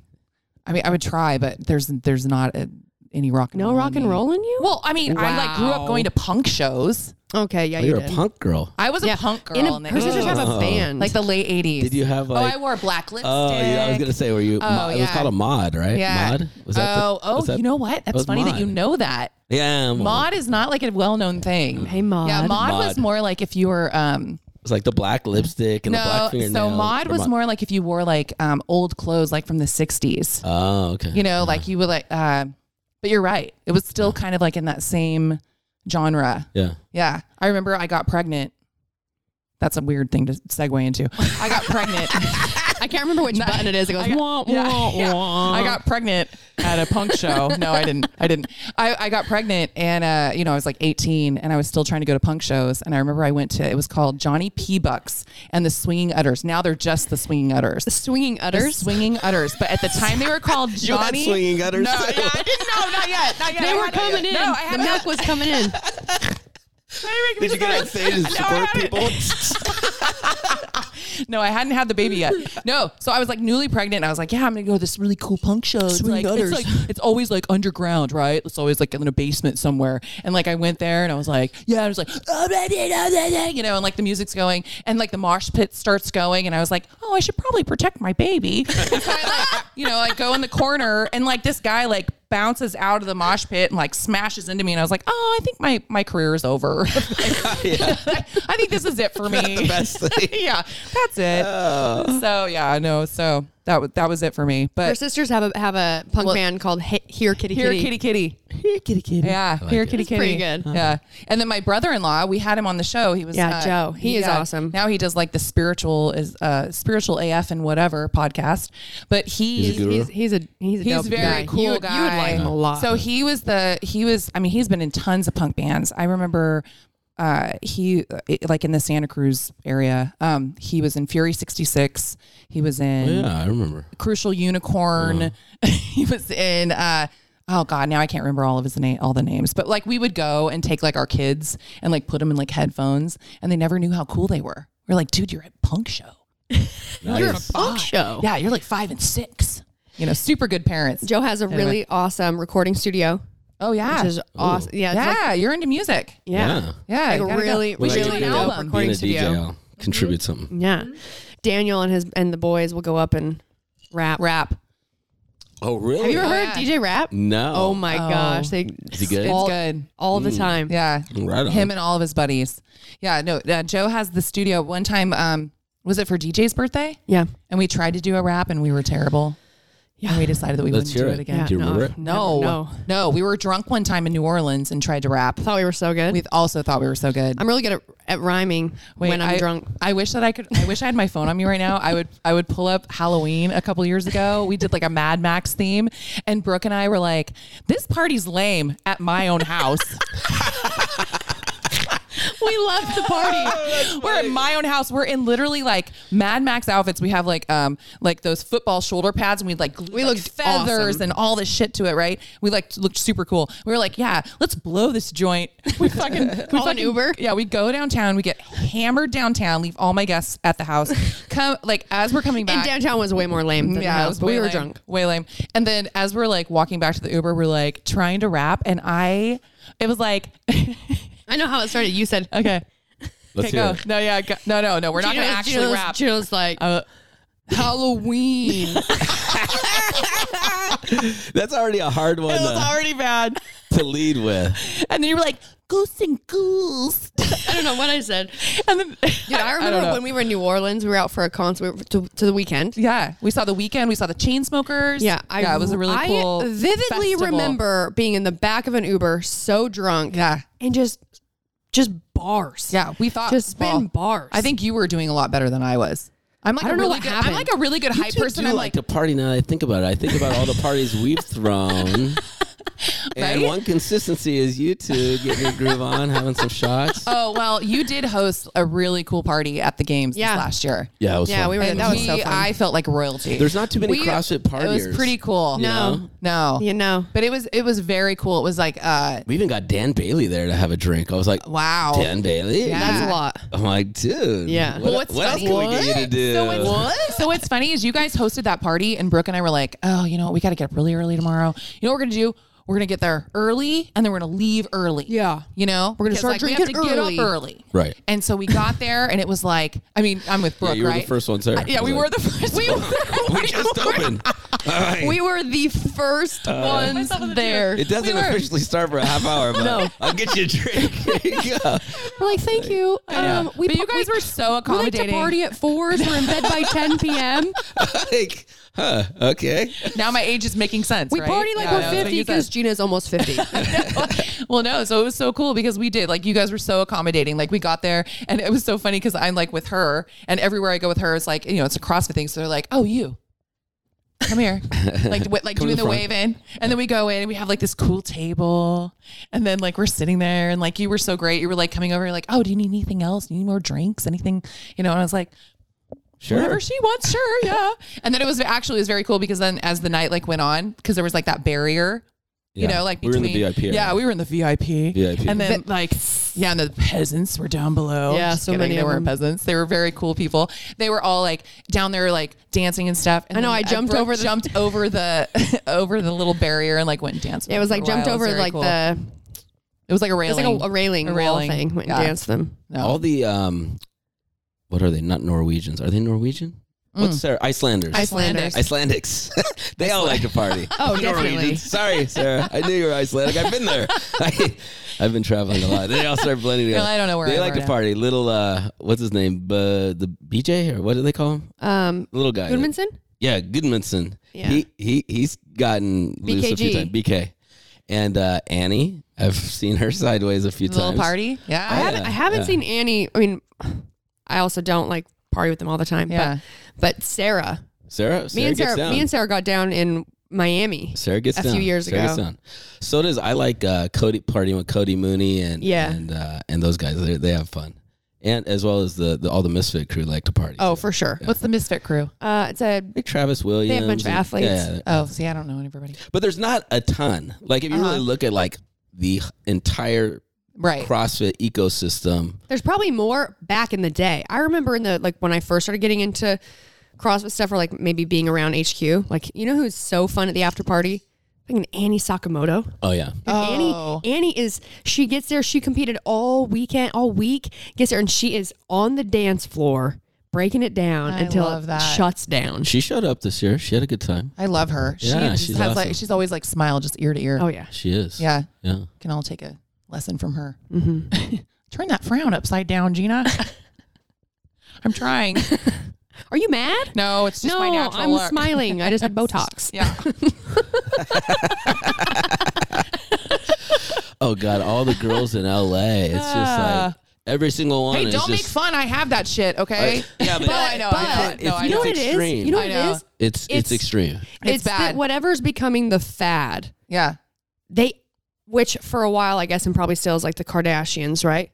S3: I mean, I would try, but there's there's not uh any rock. And
S4: No
S3: roll
S4: rock
S3: in
S4: and
S3: me.
S4: roll in you?
S3: Well, I mean, I like grew up
S4: Wow.
S3: going to punk shows.
S4: Okay, yeah,
S2: Oh,
S4: you
S2: you're
S4: did.
S2: a punk girl.
S3: I was
S4: Yeah.
S3: a punk girl
S4: In
S3: in,
S4: a-
S3: the
S4: her sisters have a
S2: Oh.
S4: band.
S3: like the late '80s.
S2: Did you have like?
S3: oh, I wore black lipstick.
S2: Oh, yeah. I was gonna say, were you? mo- It was
S3: yeah.
S2: called a mod, right?
S3: Yeah.
S2: Mod. Was the-
S3: oh, oh,
S2: was that-
S3: you know what? That's
S2: was
S3: funny that you
S2: mod.
S3: know that.
S2: Yeah. I'm old.
S3: Mod is not like a well-known thing.
S2: Mm-hmm.
S4: Hey, Mod.
S3: Yeah, mod,
S2: Mod.
S3: was more like if you were. um
S2: It was like the black lipstick and the
S3: No,
S2: black
S3: so
S2: fingernail.
S3: mod
S2: Or
S3: was more like if you wore like um old clothes, like from the '60s.
S2: Oh, okay.
S3: you know like you would like uh, but you're right it was still kind of like in that same genre
S2: Yeah.
S3: yeah i remember i got pregnant That's a weird thing to segue into. I got pregnant.
S4: I can't remember which button it is. It goes.
S3: I got-
S4: wah,
S3: yeah,
S4: wah,
S3: yeah.
S4: wah.
S3: I got pregnant at a punk show. No, I didn't. I didn't. I, I got pregnant and, uh, you know, I was like 18 and I was still trying to go to punk shows. And I remember I went to, it was called Johnny P. Bucks and the Swinging Udders. Now they're just the Swinging Udders. The
S4: swinging udders.
S3: swinging Udders. But at the time they were called
S2: had
S3: Johnny.
S2: Swinging Udders,
S3: No,
S2: too.
S3: yeah, I didn't know. Not yet. Not yet.
S4: they
S3: I
S4: were
S3: had it
S4: coming in.
S3: yet. No, I
S4: the
S3: had
S4: milk was coming in.
S2: Did you get on stage and support people?
S3: No, I hadn't had the baby yet. No, so I was like newly pregnant. And I was like, yeah, I'm gonna go to this really cool punk show. It's like, it's like it's always like underground, right? It's always like in a basement somewhere. And like I went there and I was like, yeah, I was like, oh, blah, blah, blah, blah, blah, you know, and like the music's going and like the mosh pit starts going, and I was like, oh, I should probably protect my baby. And so I, like, you know, like go in the corner and like this guy like bounces out of the mosh pit and like smashes into me and I was like, "Oh, I think my my career is over. I, think this is it for me."
S2: The best thing.
S3: yeah, that's it. So yeah, I know. So that was that was it for me.
S4: Her
S3: But
S4: sisters have a have a punk band called He- Here Kitty
S3: here,
S4: Kitty.
S3: kitty, kitty, here, kitty, kitty. Yeah, here, kitty, kitty.
S4: pretty good.
S3: Yeah. And then my brother-in-law, we had him on the show. He was uh,
S4: Yeah, Joe. He is awesome.
S3: Now he does like the spiritual is uh spiritual AF and whatever podcast. But he
S2: He's a guru.
S4: He's he's a he's a
S3: He's
S4: dope
S3: very
S4: guy.
S3: cool
S4: you, would-
S3: guy.
S4: You would like him a lot.
S3: So he was the he was. I mean, he's been in tons of punk bands. I remember. Uh, he it- like in the Santa Cruz area. Um, he was in Fury sixty six. He was in
S2: Oh, Yeah, I remember.
S3: Crucial Unicorn. he was in uh oh god, now I can't remember all of his name all the names. But like we would go and take like our kids and like put them in like headphones and they never knew how cool they were. We're like, dude, you're at a punk show.
S4: you're a
S2: Nice.
S4: punk show.
S3: Yeah, you're like five and six. You know, super good parents.
S4: Joe has a really awesome recording studio,
S3: oh yeah.
S4: which is awesome. Yeah, it's like-
S3: yeah, you're into music.
S4: yeah,
S3: Yeah. you
S4: Like a
S3: gotta go.
S4: really,
S2: Well,
S4: we should do an
S2: you know,
S4: album
S2: Being
S4: recording
S2: a DJ,
S4: studio.
S2: I'll contribute something.
S4: Yeah, Daniel and his and the boys will go up and rap.
S3: rap.
S2: Oh, really?
S4: Have you ever
S3: Oh,
S4: heard
S3: yeah.
S4: DJ rap?
S2: No.
S4: Oh my gosh, they
S2: Is he good? Mm.
S3: It's
S4: all,
S3: good.
S4: all the time.
S3: Yeah.
S2: Right on.
S3: Him and all of his buddies. Yeah, no, uh, Joe has the studio. One time, um, was it for DJ's birthday?
S4: yeah.
S3: And we tried to do a rap and we were terrible.
S4: Yeah.
S3: And we decided that we
S2: Let's
S3: wouldn't do
S2: hear
S3: it,
S2: it.
S3: again.
S2: Yeah. Do you remember it?
S3: No,
S4: no.
S3: no, We were drunk one time in New Orleans and tried to rap.
S4: Thought we were so good.
S3: We also thought we were so good.
S4: I'm really good at, at rhyming
S3: Wait,
S4: when I'm
S3: I-
S4: drunk.
S3: I wish that I could. I wish I had my phone on me right now. I would. I would pull up Halloween a couple years ago. We did like a Mad Max theme, and Brooke and I were like, "This party's lame at my own house." we left the
S4: Oh,
S3: party. We're at my own house. We're in literally like Mad Max outfits. We have like um like those football shoulder pads, and we like glued,
S4: We
S3: like,
S4: looked
S3: feathers
S4: awesome.
S3: and all this shit to it. Right? We like looked super cool. We were like, yeah, let's blow this joint. We fucking we
S4: Call an
S3: fucking
S4: Uber?
S3: Yeah, we go downtown. We get hammered downtown. Leave all my guests at the house. Come like as we're coming
S4: And
S3: back.
S4: downtown was way more lame than the
S3: Yeah, it
S4: house,
S3: was
S4: but
S3: way
S4: we were
S3: lame,
S4: drunk.
S3: Way lame. And then as we're like walking back to the Uber, we're like trying to rap, and I, it was like,
S4: I know how it started. You said
S3: okay.
S2: Let's
S3: Okay,
S2: hear
S3: go.
S2: it.
S3: No, yeah, go. no, no, no. We're not gonna actually
S4: Gino's,
S3: rap. Uh,
S4: Gino's like Halloween.
S2: That's already a hard one
S3: It was
S2: uh,
S3: already bad.
S2: to lead with.
S3: And then you were like, goose and ghouls.
S4: I don't know what I said.
S3: And then,
S4: Dude, I remember when we were in New Orleans, we were out for a concert we were to, to the weekend.
S3: Yeah, we saw the weekend. We saw the Chainsmokers.
S4: Yeah, I,
S3: yeah, it was a really
S4: I
S3: cool.
S4: vividly
S3: festival.
S4: remember being in the back of an Uber, so drunk,
S3: Yeah,
S4: and just just bars.
S3: yeah, we thought
S4: just spin
S3: well,
S4: bars.
S3: I think you were doing a lot better than I was. I'm like
S4: I don't
S3: a
S4: know
S3: really
S4: what
S3: good, I'm
S4: happened.
S3: like a really good hype
S2: do
S3: person.
S2: do
S3: I'm
S2: like
S3: like,
S2: to party now that I think about it. I think about all the parties we've thrown. And one consistency is you two getting your groove on, having some shots.
S3: oh well, you did host a really cool party at the games
S4: Yeah.
S3: this last year.
S2: yeah, it was
S4: Yeah,
S2: fun.
S4: we were-
S2: It
S3: And
S4: that was
S3: we-
S4: so fun.
S3: I felt like royalty.
S2: There's not too many
S3: We-
S2: CrossFit
S3: It
S2: partiers.
S3: was pretty cool.
S4: no,
S3: No,
S4: you know,
S3: but it was it was very cool. It was like, uh,
S2: We even got Dan Bailey there to have a drink. I was like,
S3: wow.
S2: Dan Bailey?
S3: Yeah.
S4: that's a lot.
S2: I'm like, dude.
S4: Yeah.
S2: What,
S4: Well,
S3: what's
S2: what else
S3: funny-
S2: can we get you to do?
S3: So what's, so what's funny is you guys hosted that party, and Brooke and I were like, "Oh, you know, what? we got to get up really early tomorrow. You know what we're gonna do? We're gonna get there early, and then we're gonna leave early.
S4: Yeah.
S3: you know, we're
S4: gonna start
S3: we
S4: drinking
S3: have to
S4: early.
S3: Get up early,
S2: Right.
S3: And so we got there, and it was like, I mean, I'm with Brooke,
S2: you were the
S3: right?
S2: first ones there.
S3: I- yeah,
S2: I was
S3: we
S2: like-
S3: were the first. We were. Uh,
S2: we just opened. All right.
S4: We were the first ones there.
S2: it doesn't
S3: we were-
S2: officially start for a half hour, but I'll get you a drink. Here you go.
S4: We're like, thank you. Um, we
S3: But you guys were so
S4: we like to
S3: accommodating.
S4: party at fours. We're in bed by 10 p.m.
S2: like, huh, okay.
S3: now my age is making sense.
S4: We
S3: right?
S4: party like
S3: Yeah,
S4: we're
S3: that's what
S4: 50
S3: you
S4: because
S3: said.
S4: Gina is almost 50.
S3: well, no. So it was so cool because we did like you guys were so accommodating. Like we got there, and it was so funny because I'm like with her, and everywhere I go with her, it's like you know it's a CrossFit thing. So they're like, "Oh, you." Come here, like w- like
S2: Come to the
S3: doing the,
S2: front.
S3: wave in, and then we go in and we have like this cool table, and then like we're sitting there and like you were so great. You were like coming over, you're like, oh, do you need anything else? Do you need more drinks? Anything? You know? And I was like, whatever she wants sure yeah and then it was actually it was very cool because then as the night like went on because there was like that barrier you
S2: Yeah.
S3: know like
S2: We were in
S3: between
S2: the VIP area.
S3: yeah we were in the vip
S2: VIP.
S3: and then like yeah and the peasants were down below
S4: Yeah,
S3: Just
S4: so
S3: kidding,
S4: many
S3: they
S4: of
S3: weren't
S4: them.
S3: peasants they were very cool people they were all like down there like dancing and stuff and
S4: I know,
S3: then
S4: I jumped
S3: Brooke
S4: over the-
S3: jumped over the over the little barrier and like went and danced
S4: it was like jumped over like the,
S3: it was like a
S4: it
S3: railing
S4: was like a, a railing,
S3: A
S4: wall
S3: railing.
S4: thing. Went and
S3: Yeah.
S4: danced them.
S3: No.
S2: All the um, what are they? Not Norwegians. Are they Norwegian?
S3: Mm.
S2: What's their Icelanders?
S4: Icelanders.
S2: Icelandics. they all like to party.
S4: Oh, definitely.
S2: Norwegians. Sorry, Sarah. I knew you were Icelandic. I've been there. I, have been traveling a lot. They all start blending together.
S3: Well, I don't know where
S2: they
S3: I
S2: like to
S3: wrote it.
S2: party. Little uh, what's his name? Uh, the BJ or what do they call him?
S4: Um,
S2: The little guy. that-
S4: Goodmanson?
S2: yeah, Goodmanson.
S4: Yeah.
S2: He he he's gotten loose a few
S4: BKG.
S2: times. BK. And uh, Annie, I've seen her sideways a few
S3: little
S2: times.
S3: party yeah
S4: I haven't, I haven't seen Annie. I mean, I also don't like party with them all the time.
S3: Yeah.
S4: But, but Sarah,
S2: Sarah, Sarah
S4: me and
S2: gets
S4: Sarah,
S2: down.
S4: me and Sarah got down in Miami.
S2: Sarah gets
S4: a
S2: down.
S4: few years
S2: Sarah Gets
S4: ago.
S2: down. So does I like uh, Cody partying with Cody Mooney and
S4: Yeah.
S2: and uh, and those guys. They they have fun, and as well as the, the all the Misfit crew like to party.
S4: Oh,
S2: too.
S4: for sure.
S3: what's the misfit crew
S4: Uh, it's a
S2: like Travis Williams.
S4: bunch of
S2: and-
S4: athletes.
S2: yeah,
S3: oh see i don't know everybody
S2: but there's not a ton. Like if you
S4: Uh-huh.
S2: really look at like the entire
S3: right
S2: CrossFit ecosystem,
S4: There's probably more back in the day. I remember in the like when I first started getting into CrossFit stuff, or like maybe being around HQ. Like you know who's so fun at the after party? Fucking Annie Sakamoto.
S2: oh yeah,
S3: Oh.
S4: Annie, Annie is she gets there. She competed all weekend, all week. Gets there, and she is on the dance floor breaking it down
S3: I
S4: until
S3: love
S4: it
S3: that.
S4: shuts down.
S2: she showed up this year. She had a good time.
S3: I love her. She
S2: Yeah,
S3: just
S2: she's
S3: has
S2: awesome.
S3: like she's always like smile just ear to ear.
S4: Oh yeah,
S2: She is.
S3: yeah.
S2: yeah.
S3: Can all take a lesson from her.
S4: Mm-hmm.
S3: Turn that frown upside down, Gina. I'm trying.
S4: are you mad?
S3: No, it's just
S4: no,
S3: my natural
S4: I'm
S3: look.
S4: smiling. I just had Botox.
S3: Yeah.
S2: Oh god, all the girls in L.A. It's just like
S4: Ah.
S2: every single one.
S3: hey,
S2: is
S3: don't make
S2: just-
S3: fun. I have that shit. Okay.
S2: Yeah, but-
S3: no, I know. I
S2: but-
S3: know. No, I
S4: you know
S3: know.
S4: what it is?
S2: extreme.
S4: You know
S3: I
S4: what
S3: know.
S4: it is?
S2: It's, it's
S4: It's-
S2: extreme.
S3: It's
S4: that
S3: bad.
S4: whatever's becoming the fad.
S3: Yeah.
S4: they which for a while i guess and probably still is like the kardashians right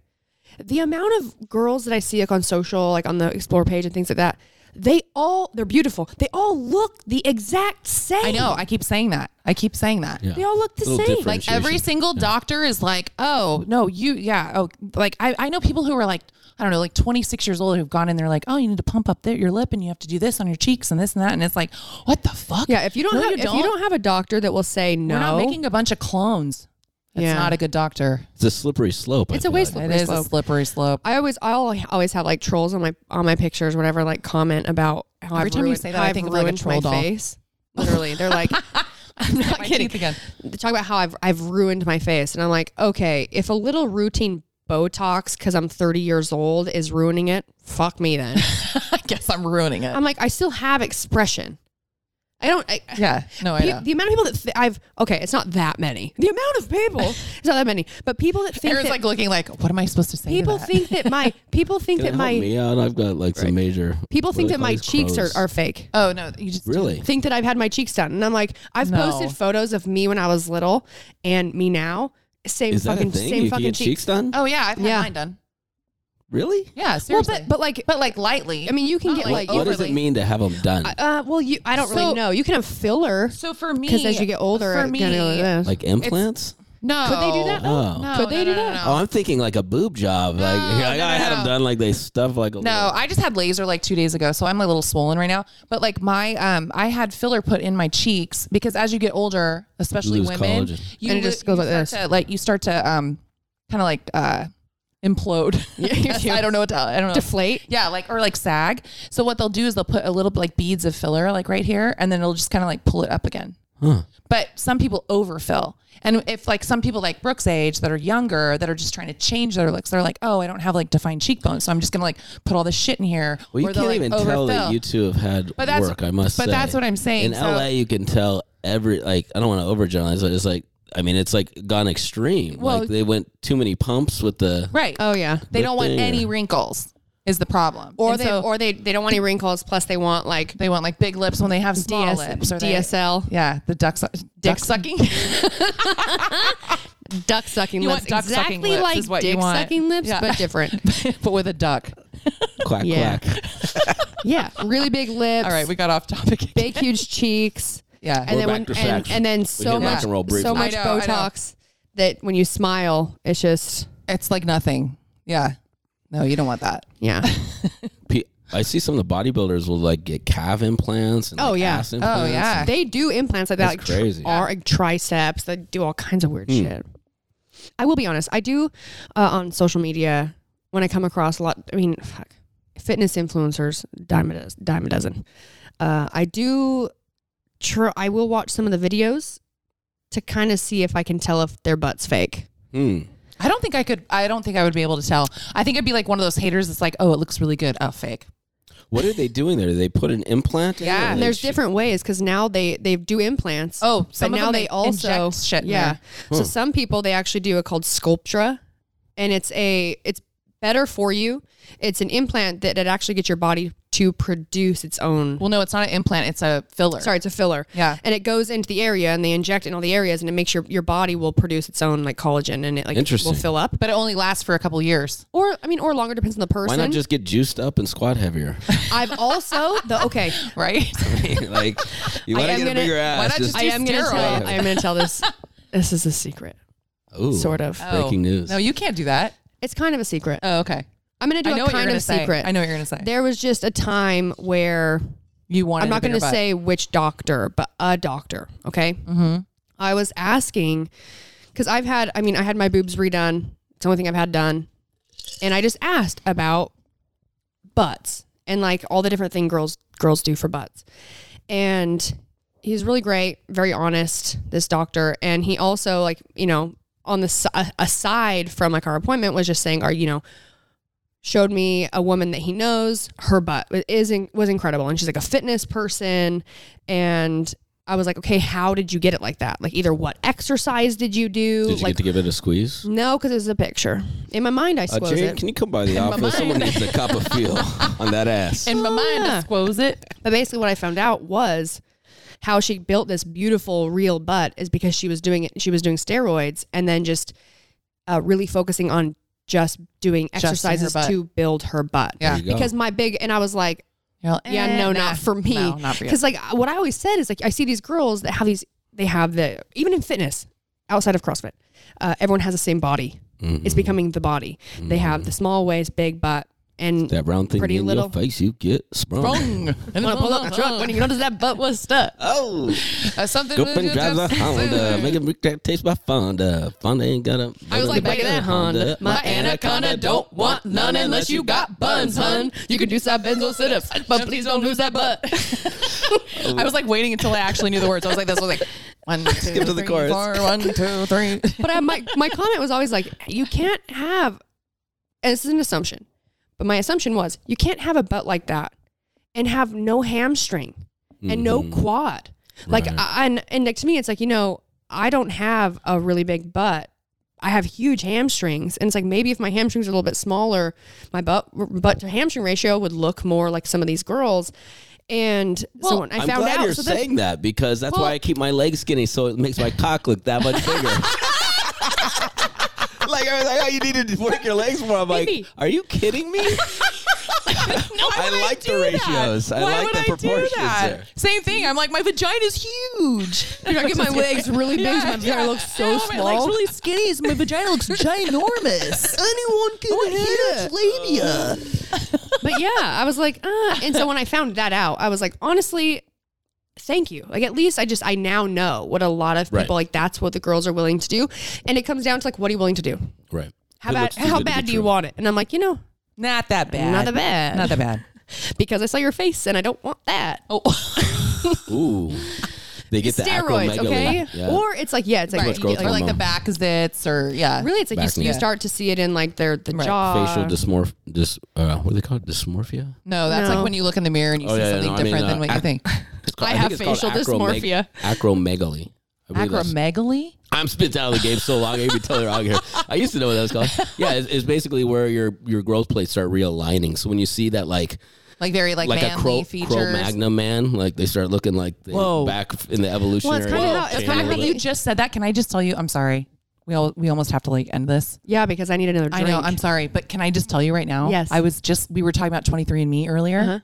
S4: the amount of girls that i see like on social like on the explore page and things like that they all they're beautiful they all look the exact same
S3: I know. I keep saying that. I keep saying that.
S2: Yeah.
S4: they all look the
S2: Little
S4: same
S2: different.
S4: like
S3: Like every
S2: Differentiation.
S3: single doctor is like, oh no, you yeah, oh like I, I know people who are like I don't know, like 26 years old who've gone in. They're like, oh, you need to pump up there, your lip, and you have to do this on your cheeks and this and that. And it's like, what the fuck?
S4: yeah if you don't
S3: No,
S4: have if you don't have a doctor that will say
S3: we're
S4: no
S3: not making a bunch of clones. It's
S4: Yeah.
S3: not a good doctor.
S2: It's a slippery slope. I
S4: It's a
S2: feel
S4: waste
S2: like.
S4: of-
S3: It
S4: Slippery
S3: is a
S4: slope.
S3: slippery slope.
S4: i always i'll always have like trolls on my on my pictures whatever like comment about how
S3: Every
S4: I've
S3: time you
S4: ruined-
S3: say that,
S4: how
S3: I
S4: I've
S3: think of, like, a
S4: ruined
S3: troll
S4: my
S3: doll.
S4: face literally they're like i'm not
S3: My
S4: kidding
S3: teeth again.
S4: they talk about how I've I've ruined my face, and I'm like, okay, if a little routine Botox because I'm 30 years old is ruining it, fuck me then.
S3: I guess I'm ruining it.
S4: I'm like, I still have expression. I don't. I,
S3: yeah. No, I
S4: pe-
S3: know.
S4: the amount of people that th- I've okay, it's not that many. The amount of people, it's not that many, but people that think
S3: Aaron's
S4: that,
S3: like looking like, what am I supposed to say? to
S4: people
S3: that?
S4: think that my people think
S2: Can
S4: that
S2: it help
S4: my
S2: me out? I've got like some major.
S4: people
S2: what
S4: think
S2: do
S4: that
S2: they
S4: my
S2: call these?
S4: cheeks are,
S2: Clothes.
S4: are fake.
S3: Oh no, you just
S2: really.
S4: Think that I've had my cheeks done, and I'm like, I've
S3: No.
S4: posted photos of me when I was little and me now. Same
S2: Is that
S4: fucking
S2: a thing?
S4: same
S2: you
S4: fucking
S2: can get
S4: cheeks.
S2: cheeks done?
S3: Oh yeah, I've had
S4: Yeah.
S3: mine done.
S2: Really?
S3: Yeah, seriously.
S4: Well, but, but like,
S3: but like lightly.
S4: I mean, you can
S3: Not
S4: get
S3: like
S4: like,
S2: what does it
S3: overly.
S2: mean to have them done?
S4: uh, well, you, I don't
S3: So-
S4: really know. You can have filler
S3: So for me,
S4: because as you get older,
S3: for
S4: it
S3: me,
S4: kinda goes like this.
S2: like implants?
S3: no,
S4: Could they do that?
S2: Oh.
S3: No,
S4: Could they
S3: no,
S4: do
S3: no, no,
S4: that?
S2: Oh,
S3: No,
S2: I'm thinking like a boob job. like
S3: No,
S2: like,
S3: no,
S2: I had
S3: no.
S2: them done like they stuff like a
S3: No, I just had laser like two days ago, so I'm a little swollen right now. But like my, um, I had filler put in my cheeks because as you get older, especially
S2: Lose
S3: women,
S2: collagen.
S3: you
S4: And it
S3: lo-
S4: just goes
S3: you
S4: like
S3: start To,
S4: this.
S3: like you start to um, kind of like uh, implode. I don't know what to. I don't know.
S4: deflate.
S3: Yeah, like or like sag. So what they'll do is they'll put a little bit like beads of filler like right here, and then it'll just kind of like pull it up again. But some people overfill, and if like some people like Brooke's age that are younger that are just trying to change their looks, they're like, oh, I don't have like defined cheekbones, so I'm just gonna like put all this shit in here.
S2: Well, you
S3: Or
S2: can't
S3: they'll, like,
S2: even tell that
S3: overfill.
S2: you two have had
S3: But that's-
S2: work. I must.
S3: but
S2: say.
S3: that's what I'm saying,
S2: In
S3: so-
S2: LA, you can tell every like. I don't want to overgeneralize, but it's like I mean, it's like gone extreme.
S3: Well-
S2: like they went too many pumps with the
S3: Right.
S4: Oh yeah.
S3: they
S2: the
S3: don't want
S2: thing
S3: any
S2: or-
S3: wrinkles. Is the problem?
S4: Or
S3: And
S4: they
S3: so
S4: or they they don't want any wrinkles. Plus they want like
S3: they want like big lips when they have small
S4: DS,
S3: lips. Or they-
S4: DSL
S3: Yeah, the duck, su- duck sucking.
S4: duck sucking
S3: You
S4: lips.
S3: want duck
S4: exactly
S3: sucking lips
S4: like
S3: is what you
S4: dick
S3: want.
S4: sucking lips,
S3: Yeah.
S4: but different.
S3: but with a duck.
S2: quack
S4: Yeah.
S2: quack.
S4: yeah, really big lips.
S3: All right, we got off topic. again.
S4: big huge cheeks.
S3: Yeah.
S2: We're
S4: and then
S2: back
S4: when,
S2: to
S4: and,
S2: facts.
S4: and then so
S2: can rock
S4: much
S2: and roll briefly.
S4: so much
S3: I know, I know.
S4: Botox that when you smile, it's just
S3: It's like nothing. Yeah. No, you don't want that.
S4: yeah.
S2: Pe- I see some of the bodybuilders will like get calf implants and
S4: Oh,
S2: like,
S4: yeah.
S2: ass
S4: Oh,
S2: implants.
S3: yeah.
S4: they do implants like that,
S2: Ah. That's
S4: like,
S2: crazy. Hmm.
S4: Tr- or, like triceps. They do all kinds of weird shit. I will be honest. I do uh, on social media when I come across a lot. I mean, fuck, fitness influencers, dime a dozen. Dime a dozen. Uh, I do. Tr- I will watch some of the videos to kind of see if I can tell if their butt's fake.
S2: Hmm.
S3: I don't think I could. I don't think I would be able to tell. I think I'd be like one of those haters that's like, oh, it looks really good. Oh, fake.
S2: What are they doing there? Do they put an implant? in,
S3: Yeah,
S2: or
S4: And
S2: they
S4: there's
S2: sh-
S4: different ways because now they they do implants.
S3: Oh,
S4: but
S3: some of
S4: now
S3: them
S4: they, also
S3: inject shit. in
S4: yeah.
S3: there.
S4: So
S2: Hmm.
S4: some people they actually do a called Sculptra, and it's a it's better for you. It's an implant that it actually gets your body to produce its own.
S3: Well, no, it's not an implant. It's a filler.
S4: Sorry, it's a filler.
S3: Yeah.
S4: and it goes into the area, and they inject it in all the areas, and it makes your your body will produce its own like collagen, and it like will
S2: Interesting.
S4: fill up.
S3: but it only lasts for a couple years.
S4: Or I mean, or longer depends on the
S2: Why
S4: person.
S2: not just get juiced up and squat heavier?
S4: I've also the okay.
S3: Right.
S2: like you want to
S4: am
S2: get a
S4: gonna-
S2: bigger
S4: why
S2: ass?
S3: not just
S4: I am gonna
S3: steroids.
S4: tell. I am gonna tell this. This is a secret,
S2: ooh,
S4: sort of. Oh.
S2: breaking news.
S3: No, you can't do that.
S4: It's kind of a secret.
S3: Oh, okay.
S4: I'm gonna do
S3: I know
S4: a
S3: what you're
S4: kind
S3: gonna
S4: of
S3: say.
S4: secret.
S3: I know what you're gonna say.
S4: There was just a time where
S3: You want.
S4: I'm not
S3: going to
S4: say which doctor, but a doctor. Okay. Mm-hmm. I was asking because I've had, I mean, I had my boobs redone. It's the only thing I've had done. And I just asked about butts and like all the different thing girls girls do for butts. And he's really great, very honest, this doctor. And he also like, you know, on the si- aside from like our appointment was just saying, are you know, showed me a woman that he knows. Her butt wa- is in, was incredible, and she's like a fitness person. And I was like, okay, how did you get it like that? Like, either what exercise did you do?
S2: Did you
S4: like,
S2: get to give it a squeeze?
S4: no, because it was a picture. In my mind, I
S2: Uh,
S4: suppose
S2: Jerry,
S4: it.
S2: can you come by the office? Someone needs a cup of feel on that ass.
S3: In my mind,
S4: yeah.
S3: disclose it.
S4: But basically, what I found out was how she built this beautiful real butt is because she was doing it. She was doing steroids and then just uh, really focusing on just doing
S3: Just in her
S4: exercises
S3: butt.
S4: to build her butt.
S3: Yeah.
S2: There you go.
S4: Because my big and I was like,
S3: You're like,
S4: yeah,
S3: eh,
S4: no,
S3: nah.
S4: not for me.
S3: No, not for you.
S4: Because like uh, what I always said is like I see these girls that have these, they have the even in fitness, outside of CrossFit, uh, everyone has the same body.
S2: Mm-hmm.
S4: It's becoming the body. They have the small waist, big butt, and
S2: that round thing
S4: pretty
S2: in
S4: little-
S2: your face, you get sprung.
S3: And
S4: wanna pull up the truck when you notice that butt was stuck.
S2: Oh,
S3: Uh, something.
S2: go up and drive a
S3: uh,
S2: Honda. Make him make that taste my Fonda. Fonda ain't got a.
S4: I was like, back of that Honda. My anaconda don't want none unless you got buns, hun. You can do side bends or sit ups, but please don't lose that butt.
S3: I was like waiting until I actually knew the words. I was like, this was like one, two,
S2: Skip to the
S3: three,
S2: chorus.
S3: four, one, two, three.
S4: But I, my, my comment was always like, you can't have, and this is an assumption, but my assumption was, you can't have a butt like that and have no hamstring and no quad. Like,
S2: Right.
S4: I, and, and like, to me, it's like, you know, I don't have a really big butt. I have huge hamstrings, and it's like maybe if my hamstrings are a little bit smaller, my butt butt to hamstring ratio would look more like some of these girls. And so when I
S2: I'm
S4: found
S2: glad
S4: out,
S2: you're
S4: so then-
S2: saying that because that's
S4: Well-
S2: why I keep my legs skinny, so it makes my cock look that much bigger. like I was like, oh, you need to work your legs more. I'm like,
S4: Maybe.
S2: are you kidding me? I like the ratios. I
S3: Why
S2: like
S3: would
S2: the
S3: I
S2: proportions
S3: do that?
S2: there.
S3: Same thing. I'm like, my vagina's huge.
S4: You're not getting my legs really big. so my vagina looks so
S3: Oh,
S4: small.
S3: My legs really skinny, so my vagina looks ginormous. Oh, Anyone can huge labia.
S4: but yeah, I was like, uh. and so when I found that out, I was like, honestly, thank you. Like at least I just I now know what a lot of people
S2: Right.
S4: like. That's what the girls are willing to do, and it comes down to like, what are you willing to do?
S2: Right.
S4: How bad? How bad do you want it? And I'm like, you know,
S3: Not that bad.
S4: Not that bad.
S3: Not that bad.
S4: because I saw your face and I don't want that.
S3: Oh,
S2: Ooh. They get the
S4: Steroids,
S2: acromegaly.
S4: okay?
S2: Yeah.
S4: Or it's like, yeah, it's like,
S3: right.
S4: you get,
S2: growth
S4: like,
S3: Or like the
S2: hormone.
S3: back is zits, or yeah.
S4: really, it's like
S2: Back
S4: you, you
S2: neck.
S4: start to see it in like their the
S3: Right.
S4: jaw,
S2: facial dysmorph. Dys, uh, what do they call it? Dysmorphia.
S3: No, that's
S4: No.
S3: like when you look in the mirror and you
S2: Oh,
S3: see
S2: yeah, yeah, no,
S3: something
S2: I mean,
S3: different
S2: uh,
S3: than what you
S2: ac-
S3: think.
S2: It's called-
S4: I have
S2: think it's called
S4: facial
S2: acromeg-
S4: dysmorphia.
S2: Acromegaly. I believe that's-
S3: Acromegaly?
S2: I'm spit out of the game so long. I can tell they're out here. I used to know what that was called. Yeah, it's, it's basically where your your growth plates start realigning. So when you see that like
S3: Like very like,
S2: like a
S3: manly
S2: crow,
S3: features.
S2: crow magnum man, like they start looking like they
S3: Whoa.
S2: back in the evolutionary.
S4: kinda how- it's
S2: chain
S4: kinda
S2: or
S4: how
S2: whatever.
S3: You just said that. Can I just tell you? I'm sorry. We all we almost have to like end this.
S4: Yeah, because I need another drink.
S3: I know. I'm sorry, but can I just tell you right now?
S4: Yes.
S3: I was just we were talking about 23andMe earlier.
S4: Uh-huh.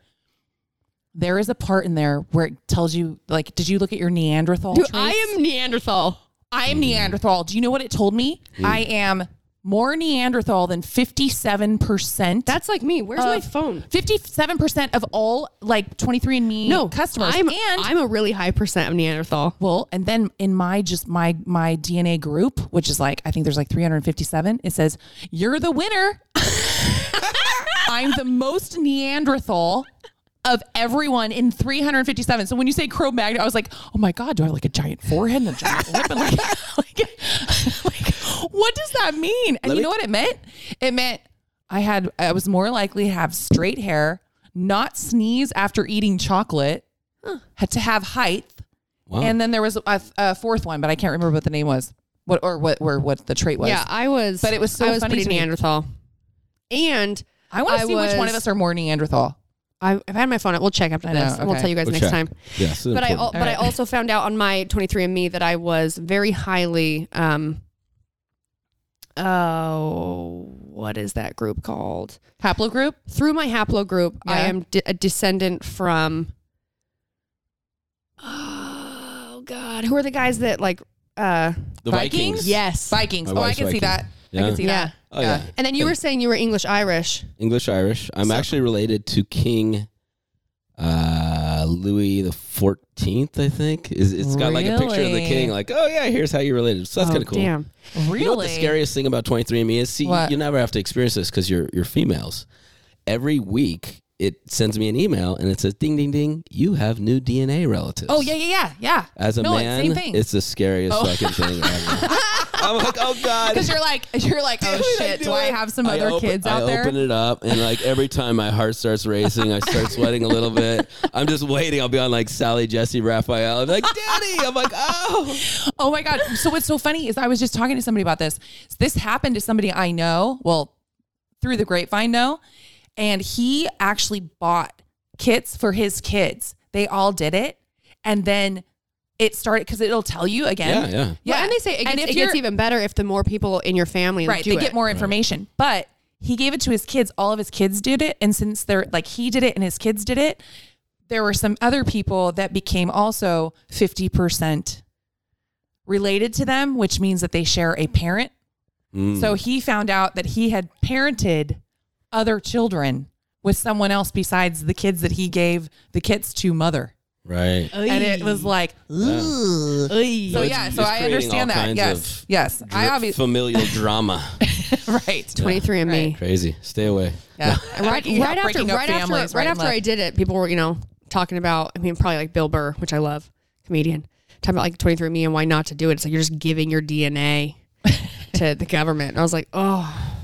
S3: There is a part in there where it tells you like, did you look at your Neanderthal?
S4: Dude, I
S3: traits?
S4: am Neanderthal.
S3: I am Neanderthal. Do you know what it told me?
S2: Hmm.
S3: I am more Neanderthal than 57%.
S4: That's like me. Where's my
S3: Of-
S4: phone?
S3: 57% of all like 23andMe
S4: No
S3: customers.
S4: I'm,
S3: and
S4: I'm a really high percent of Neanderthal.
S3: well, and then in my just my my DNA group, which is like I think there's like 357, it says you're the winner. I'm the most Neanderthal of everyone in 357. So when you say Crow Magnet, I was like, oh my god, do I have like a giant forehead and a giant lip? And like, like, like, what does that mean? And you know what it meant? It meant I had I was more likely to have straight hair, not sneeze after eating chocolate, had to have height.
S2: Wow.
S3: And then there was a, a fourth one, but I can't remember what the name was, what or what or what the trait was.
S4: Yeah, I was.
S3: But it was so
S4: I was
S3: funny
S4: pretty
S3: to me.
S4: Neanderthal. And
S3: I want
S4: I
S3: to see which one
S4: was-
S3: of us are more Neanderthal.
S4: I, I've had my phone. out. We'll check after
S3: I
S4: this.
S3: know,
S4: and We'll
S3: okay.
S4: tell you guys
S2: We'll
S4: next
S2: check.
S4: time.
S2: Yeah, this is
S4: But I al-
S2: important.
S3: All
S4: but I
S3: right.
S4: also found out on my 23andMe that I was very highly um. Oh, what is that group called?
S3: Haplogroup?
S4: Through my haplogroup, I
S3: Yeah.
S4: am de- a descendant from. Oh God, who are the guys that like? uh
S2: the
S3: Vikings?
S2: Vikings.
S4: Yes.
S2: My
S3: Vikings. Oh, I
S2: wife's
S3: can see
S2: Viking.
S3: that. I
S2: Yeah.
S3: can see
S4: Yeah.
S3: that.
S2: Oh yeah.
S4: And then you were saying you were English Irish.
S2: English Irish. I'm
S4: So-
S2: actually related to King uh, Louis the Fourteenth. I think is it's got like a picture of the
S3: Really?
S2: king. Like, oh yeah, here's how you're related. So that's
S4: oh,
S2: kind of cool.
S4: Damn.
S3: Really?
S2: You know what the scariest thing about 23andMe is? See,
S3: What?
S2: you never have to experience this because you're you're females. Every week, it sends me an email and it says, "Ding, ding, ding! You have new DNA relatives."
S3: oh, yeah, yeah, yeah, yeah.
S2: As a
S3: no, it's
S2: man,
S3: same thing. Oh.
S2: it's the scariest fucking thing ever. I'm like, oh god,
S3: because you're like you're like oh shit. Do I have some other
S2: open-
S3: kids out
S2: I
S3: there?
S2: open it up, and like every time my heart starts racing, I start sweating a little bit. I'm just waiting. I'll be on like Sally, Jesse, Raphael. I'm like, Daddy. I'm like, oh.
S3: Oh my god! So what's so funny is I was just talking to somebody about this. This happened to somebody I know. Well, through the grapevine, know, and he actually bought kits for his kids. They all did it, and then it started because it'll tell you again.
S2: Yeah, yeah.
S4: Yeah, and they say it
S3: And
S4: gets,
S3: if
S4: it
S3: you're-
S4: gets even better if the more people in your family
S3: right,
S4: do
S3: they
S4: it.
S3: get more information. But he gave it to his kids. All of his kids did it, and since they're like he did it and his kids did it, there were some other people that became also fifty percent related to them, which means that they share a parent.
S2: Mm.
S3: So he found out that he had parented other children with someone else besides the kids that he gave the kits to mother.
S2: right.
S3: And it was like, "Ugh." so
S2: it's-
S3: Oh, yeah,
S2: it's
S3: so I
S2: creating
S3: understand
S2: all
S3: that.
S2: kinds
S3: Yes,
S2: of
S3: yes, I
S2: Dra-
S3: obviously
S2: familial drama.
S3: right.
S4: 23 and me.
S2: Crazy. Stay away.
S3: Yeah.
S4: Right,
S3: Breaking up-
S4: right after,
S3: breaking up
S4: right after,
S3: families
S4: right
S3: and
S4: after
S3: left.
S4: I did it, people were, you know, talking about, I mean, probably like Bill Burr, which I love, comedian, talking about like 23 me and why not to do it. It's like you're just giving your DNA to the government. And I was like, oh,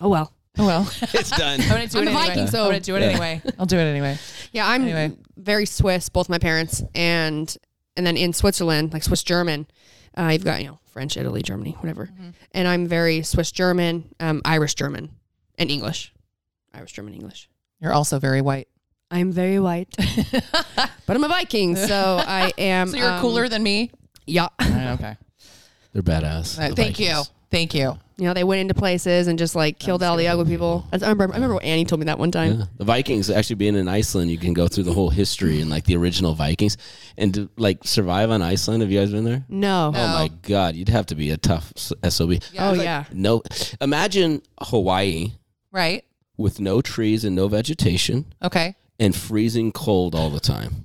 S4: oh well.
S3: Oh, well,
S2: It's done.
S3: I'm gonna do
S4: I'm
S3: it
S4: a
S3: anyway.
S4: Viking, so-
S3: I'm gonna do it anyway. I'll do it anyway.
S4: Yeah, I'm
S3: Anyway.
S4: very Swiss, both my parents, and and then in Switzerland, like Swiss German, uh, you've got you know French, Italy, Germany, whatever. And I'm very Swiss German, um, Irish German, and English, Irish German English.
S3: You're also very white,
S4: I'm very white, but I'm a Viking, so I am.
S3: so you're
S4: um,
S3: cooler than me.
S4: Yeah,
S3: okay.
S2: They're badass. the
S3: Thank you.
S2: Vikings.
S3: Thank you.
S4: you know they went into places and just like killed all the ugly people. That's, I remember. I remember what Annie told me that one time.
S2: Yeah. The Vikings actually being in Iceland, you can go through the whole history and like the original Vikings and to, like survive on Iceland. Have you guys been there?
S4: No.
S2: Oh my god, you'd have to be a tough s- sob.
S4: Oh yeah.
S2: No, imagine Hawaii
S3: Right.
S2: with no trees and no vegetation
S3: Okay.
S2: and freezing cold all the time.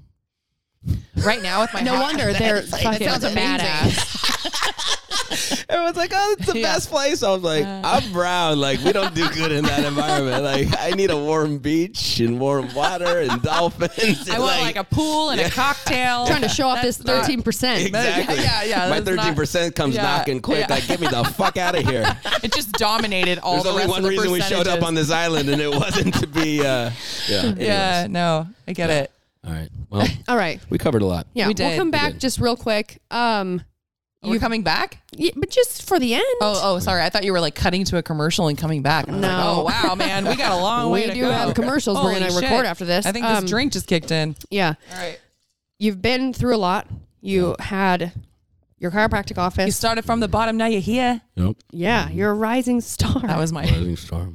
S3: Right now with my
S4: No
S3: hat-
S4: wonder they're fucking
S3: sounds amazing.
S4: badass.
S2: Everyone's like, "Oh, it's the best place." I was like, "I'm brown. Like, we don't do good in that environment. Like, I need a warm beach and warm water and dolphins."
S3: I want like, a pool and a cocktail.
S4: Trying to show off this thirteen percent.
S2: Exactly.
S3: Yeah, yeah,
S2: My
S3: that's not-
S2: thirteen percent comes
S3: yeah,
S2: knocking quick.
S3: yeah.
S2: Like, get me the fuck out of here.
S3: it just dominated
S2: There's
S3: all the
S2: only
S3: rest
S2: one
S3: of the
S2: reason we showed up on this island, and it wasn't to be. Uh, yeah. anyways.
S3: Yeah, no, I get it.
S2: All right. Well,
S4: All right.
S2: we covered a lot.
S4: Yeah,
S3: We
S4: we will
S3: did.
S4: come
S3: We
S4: back
S2: did.
S4: just real quick. Um,
S3: You coming back?
S4: Yeah, but just for the end.
S3: Oh, oh, sorry. I thought you were like cutting to a commercial and coming back. And I was like,
S4: No.
S3: oh, wow, man, we got a long way
S4: We
S3: to
S4: do
S3: go.
S4: have commercials we're
S3: Holy
S4: gonna
S3: shit.
S4: record after this.
S3: I think
S4: Um,
S3: this drink just kicked in.
S4: Yeah.
S3: All right.
S4: You've been through a lot. You had your chiropractic
S3: You
S4: office. Mm-hmm.
S3: started from the bottom. Now you're here.
S2: Yep.
S4: yeah, you're a rising star.
S3: That was my.
S2: Rising star.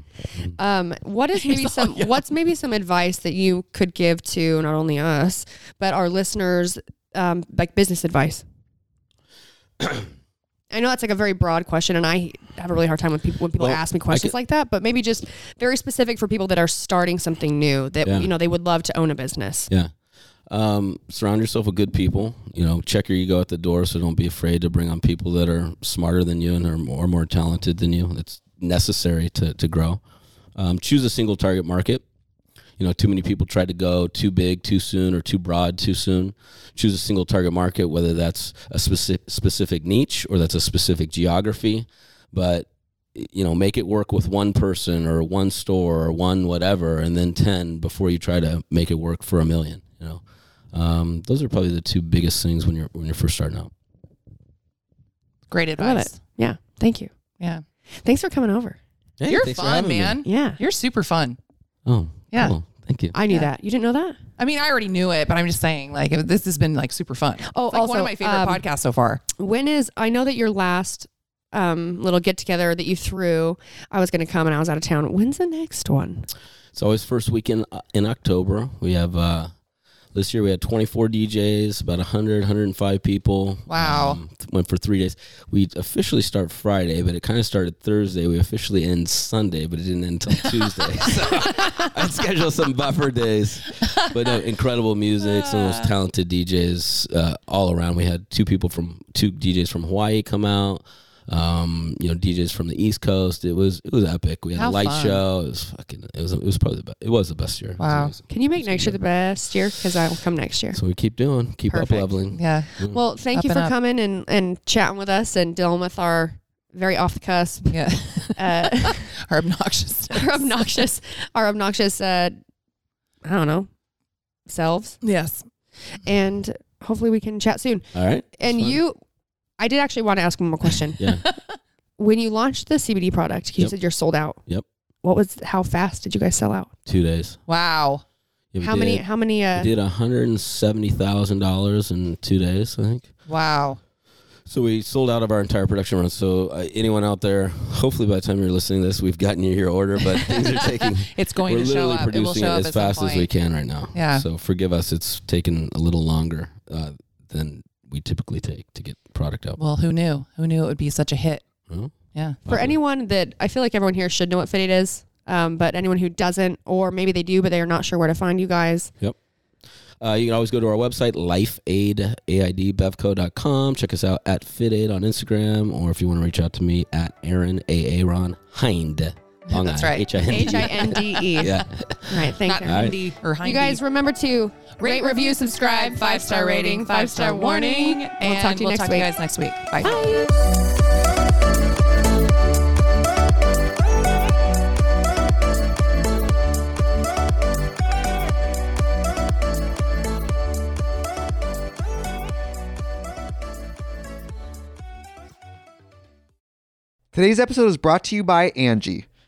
S4: Um, what is maybe some what's maybe some advice that you could give to not only us but our listeners, um, like business advice? I know that's like a very broad question, and I have a really hard time when people when people
S2: Well,
S4: ask me
S2: I
S4: questions
S2: could-
S4: like that. But maybe just very specific for people that are starting something new that
S2: Yeah.
S4: you know they would love to own a business.
S2: Yeah. Um, surround yourself with good people. You know, check your ego at the door, so don't be afraid to bring on people that are smarter than you and are more, more talented than you. It's necessary to, to grow. Um, choose a single target market. You know, too many people try to go too big too soon or too broad too soon. Choose a single target market, whether that's a specific specific niche or that's a specific geography. But you know, make it work with one person or one store or one whatever, and then ten before you try to make it work for a million. You know, um, those are probably the two biggest things when you're when you're first starting out.
S3: Great
S4: I love
S3: advice.
S4: it. Yeah, thank you.
S3: Yeah.
S4: Thanks for coming over.
S3: you're fun, man.
S4: Yeah,
S3: You're super fun.
S2: Oh,
S3: Yeah.
S2: yeah. Cool. Thank you.
S4: I knew
S3: Yeah.
S4: that. You didn't know that?
S3: I mean, I already knew it, but I'm just saying, like, this has been like super fun.
S4: Oh,
S3: It's, like one
S4: also,
S3: of my favorite
S4: um,
S3: podcasts so far.
S4: when is I know that your last um, little get together that you threw, I was going to come and I was out of town. When's the next one?
S2: It's always first weekend uh, in October. We have uh, this year we had 24 DJs, about 100, 105 people.
S3: Wow.
S4: Um,
S2: th- went for three days. We officially start Friday, but it kind of started Thursday. We officially end Sunday, but it didn't end until Tuesday. so I scheduled some buffer days. But no, incredible music, some of those talented DJs uh, all around. We had two people from two DJs from Hawaii come out. Um, you know, DJs from the East Coast. It was it was epic. We had
S3: How
S2: a light
S3: fun.
S2: show. It was fucking. It was it was probably the best. It was the best year. It was
S3: Wow.
S2: amazing.
S4: Can you make next year the best year? Because I will come next year.
S2: So we keep doing, keep
S4: Perfect.
S2: up leveling. Mm.
S3: Yeah.
S4: Well, thank
S3: Up
S4: you
S3: and
S4: for
S3: up.
S4: coming and, and chatting with us and dealing with our very off the cusp,
S3: Yeah.
S4: uh,
S3: Her obnoxious.
S4: our obnoxious, our obnoxious, uh, I don't know, selves.
S3: yes.
S4: And hopefully we can chat soon.
S2: All right.
S4: And
S2: Fun.
S4: you, I did actually want to ask one more question.
S2: Yeah.
S4: when you launched the CBD product, you
S2: Yep.
S4: said you're sold out.
S2: Yep.
S4: What was how fast did you guys sell out?
S2: Two days.
S3: Wow.
S2: Yeah, we
S4: how many?
S2: did-
S4: How many?
S2: We
S4: Uh,
S2: did hundred and seventy thousand dollars in two days, I think.
S3: Wow.
S2: So we sold out of our entire production run. So uh, anyone out there, hopefully by the time you're listening to this, we've gotten you your order, but things are taking.
S3: It's going
S2: we're
S3: to show
S2: literally
S3: up. It will
S2: producing
S3: show up
S2: as
S3: at some
S2: fast as we
S3: point.
S2: can right now.
S3: Yeah.
S2: So forgive us; it's taken a little longer uh, than we typically take to get product out.
S3: Well, who knew? Who knew it would be such a hit?
S2: Well,
S3: Yeah.
S4: for anyone that I feel like everyone here should know what Fit It is, um, but anyone who doesn't, or maybe they do but they are not sure where to find you guys.
S2: Uh, you can always go to our website, lifeaid, AIDbevco.com. Check us out at FitAid on Instagram, or if you want to reach out to me at Aaron, A-A-Ron, Hind. Long
S3: That's
S2: I,
S3: right.
S2: H-I-N-D.
S4: H I N D E.
S2: Yeah.
S4: All right. Thank
S3: Not
S4: you.
S2: right.
S3: Hindy or Hindy.
S4: You guys remember to E. rate, review, subscribe, five star rating, five star warning, and we'll talk to you next week.
S3: guys next week. Bye.
S4: Bye.
S1: Today's episode is brought to you by Angie.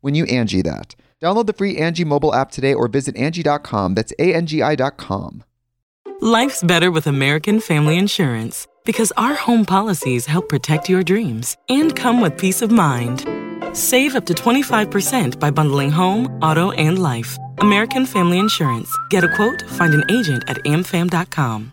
S1: when you Angie that. Download the free Angie mobile app today or visit Angie.com. That's A N G I.com.
S6: Life's better with American Family Insurance because our home policies help protect your dreams and come with peace of mind. Save up to 25% by bundling home, auto, and life. American Family Insurance. Get a quote, find an agent at amfam.com.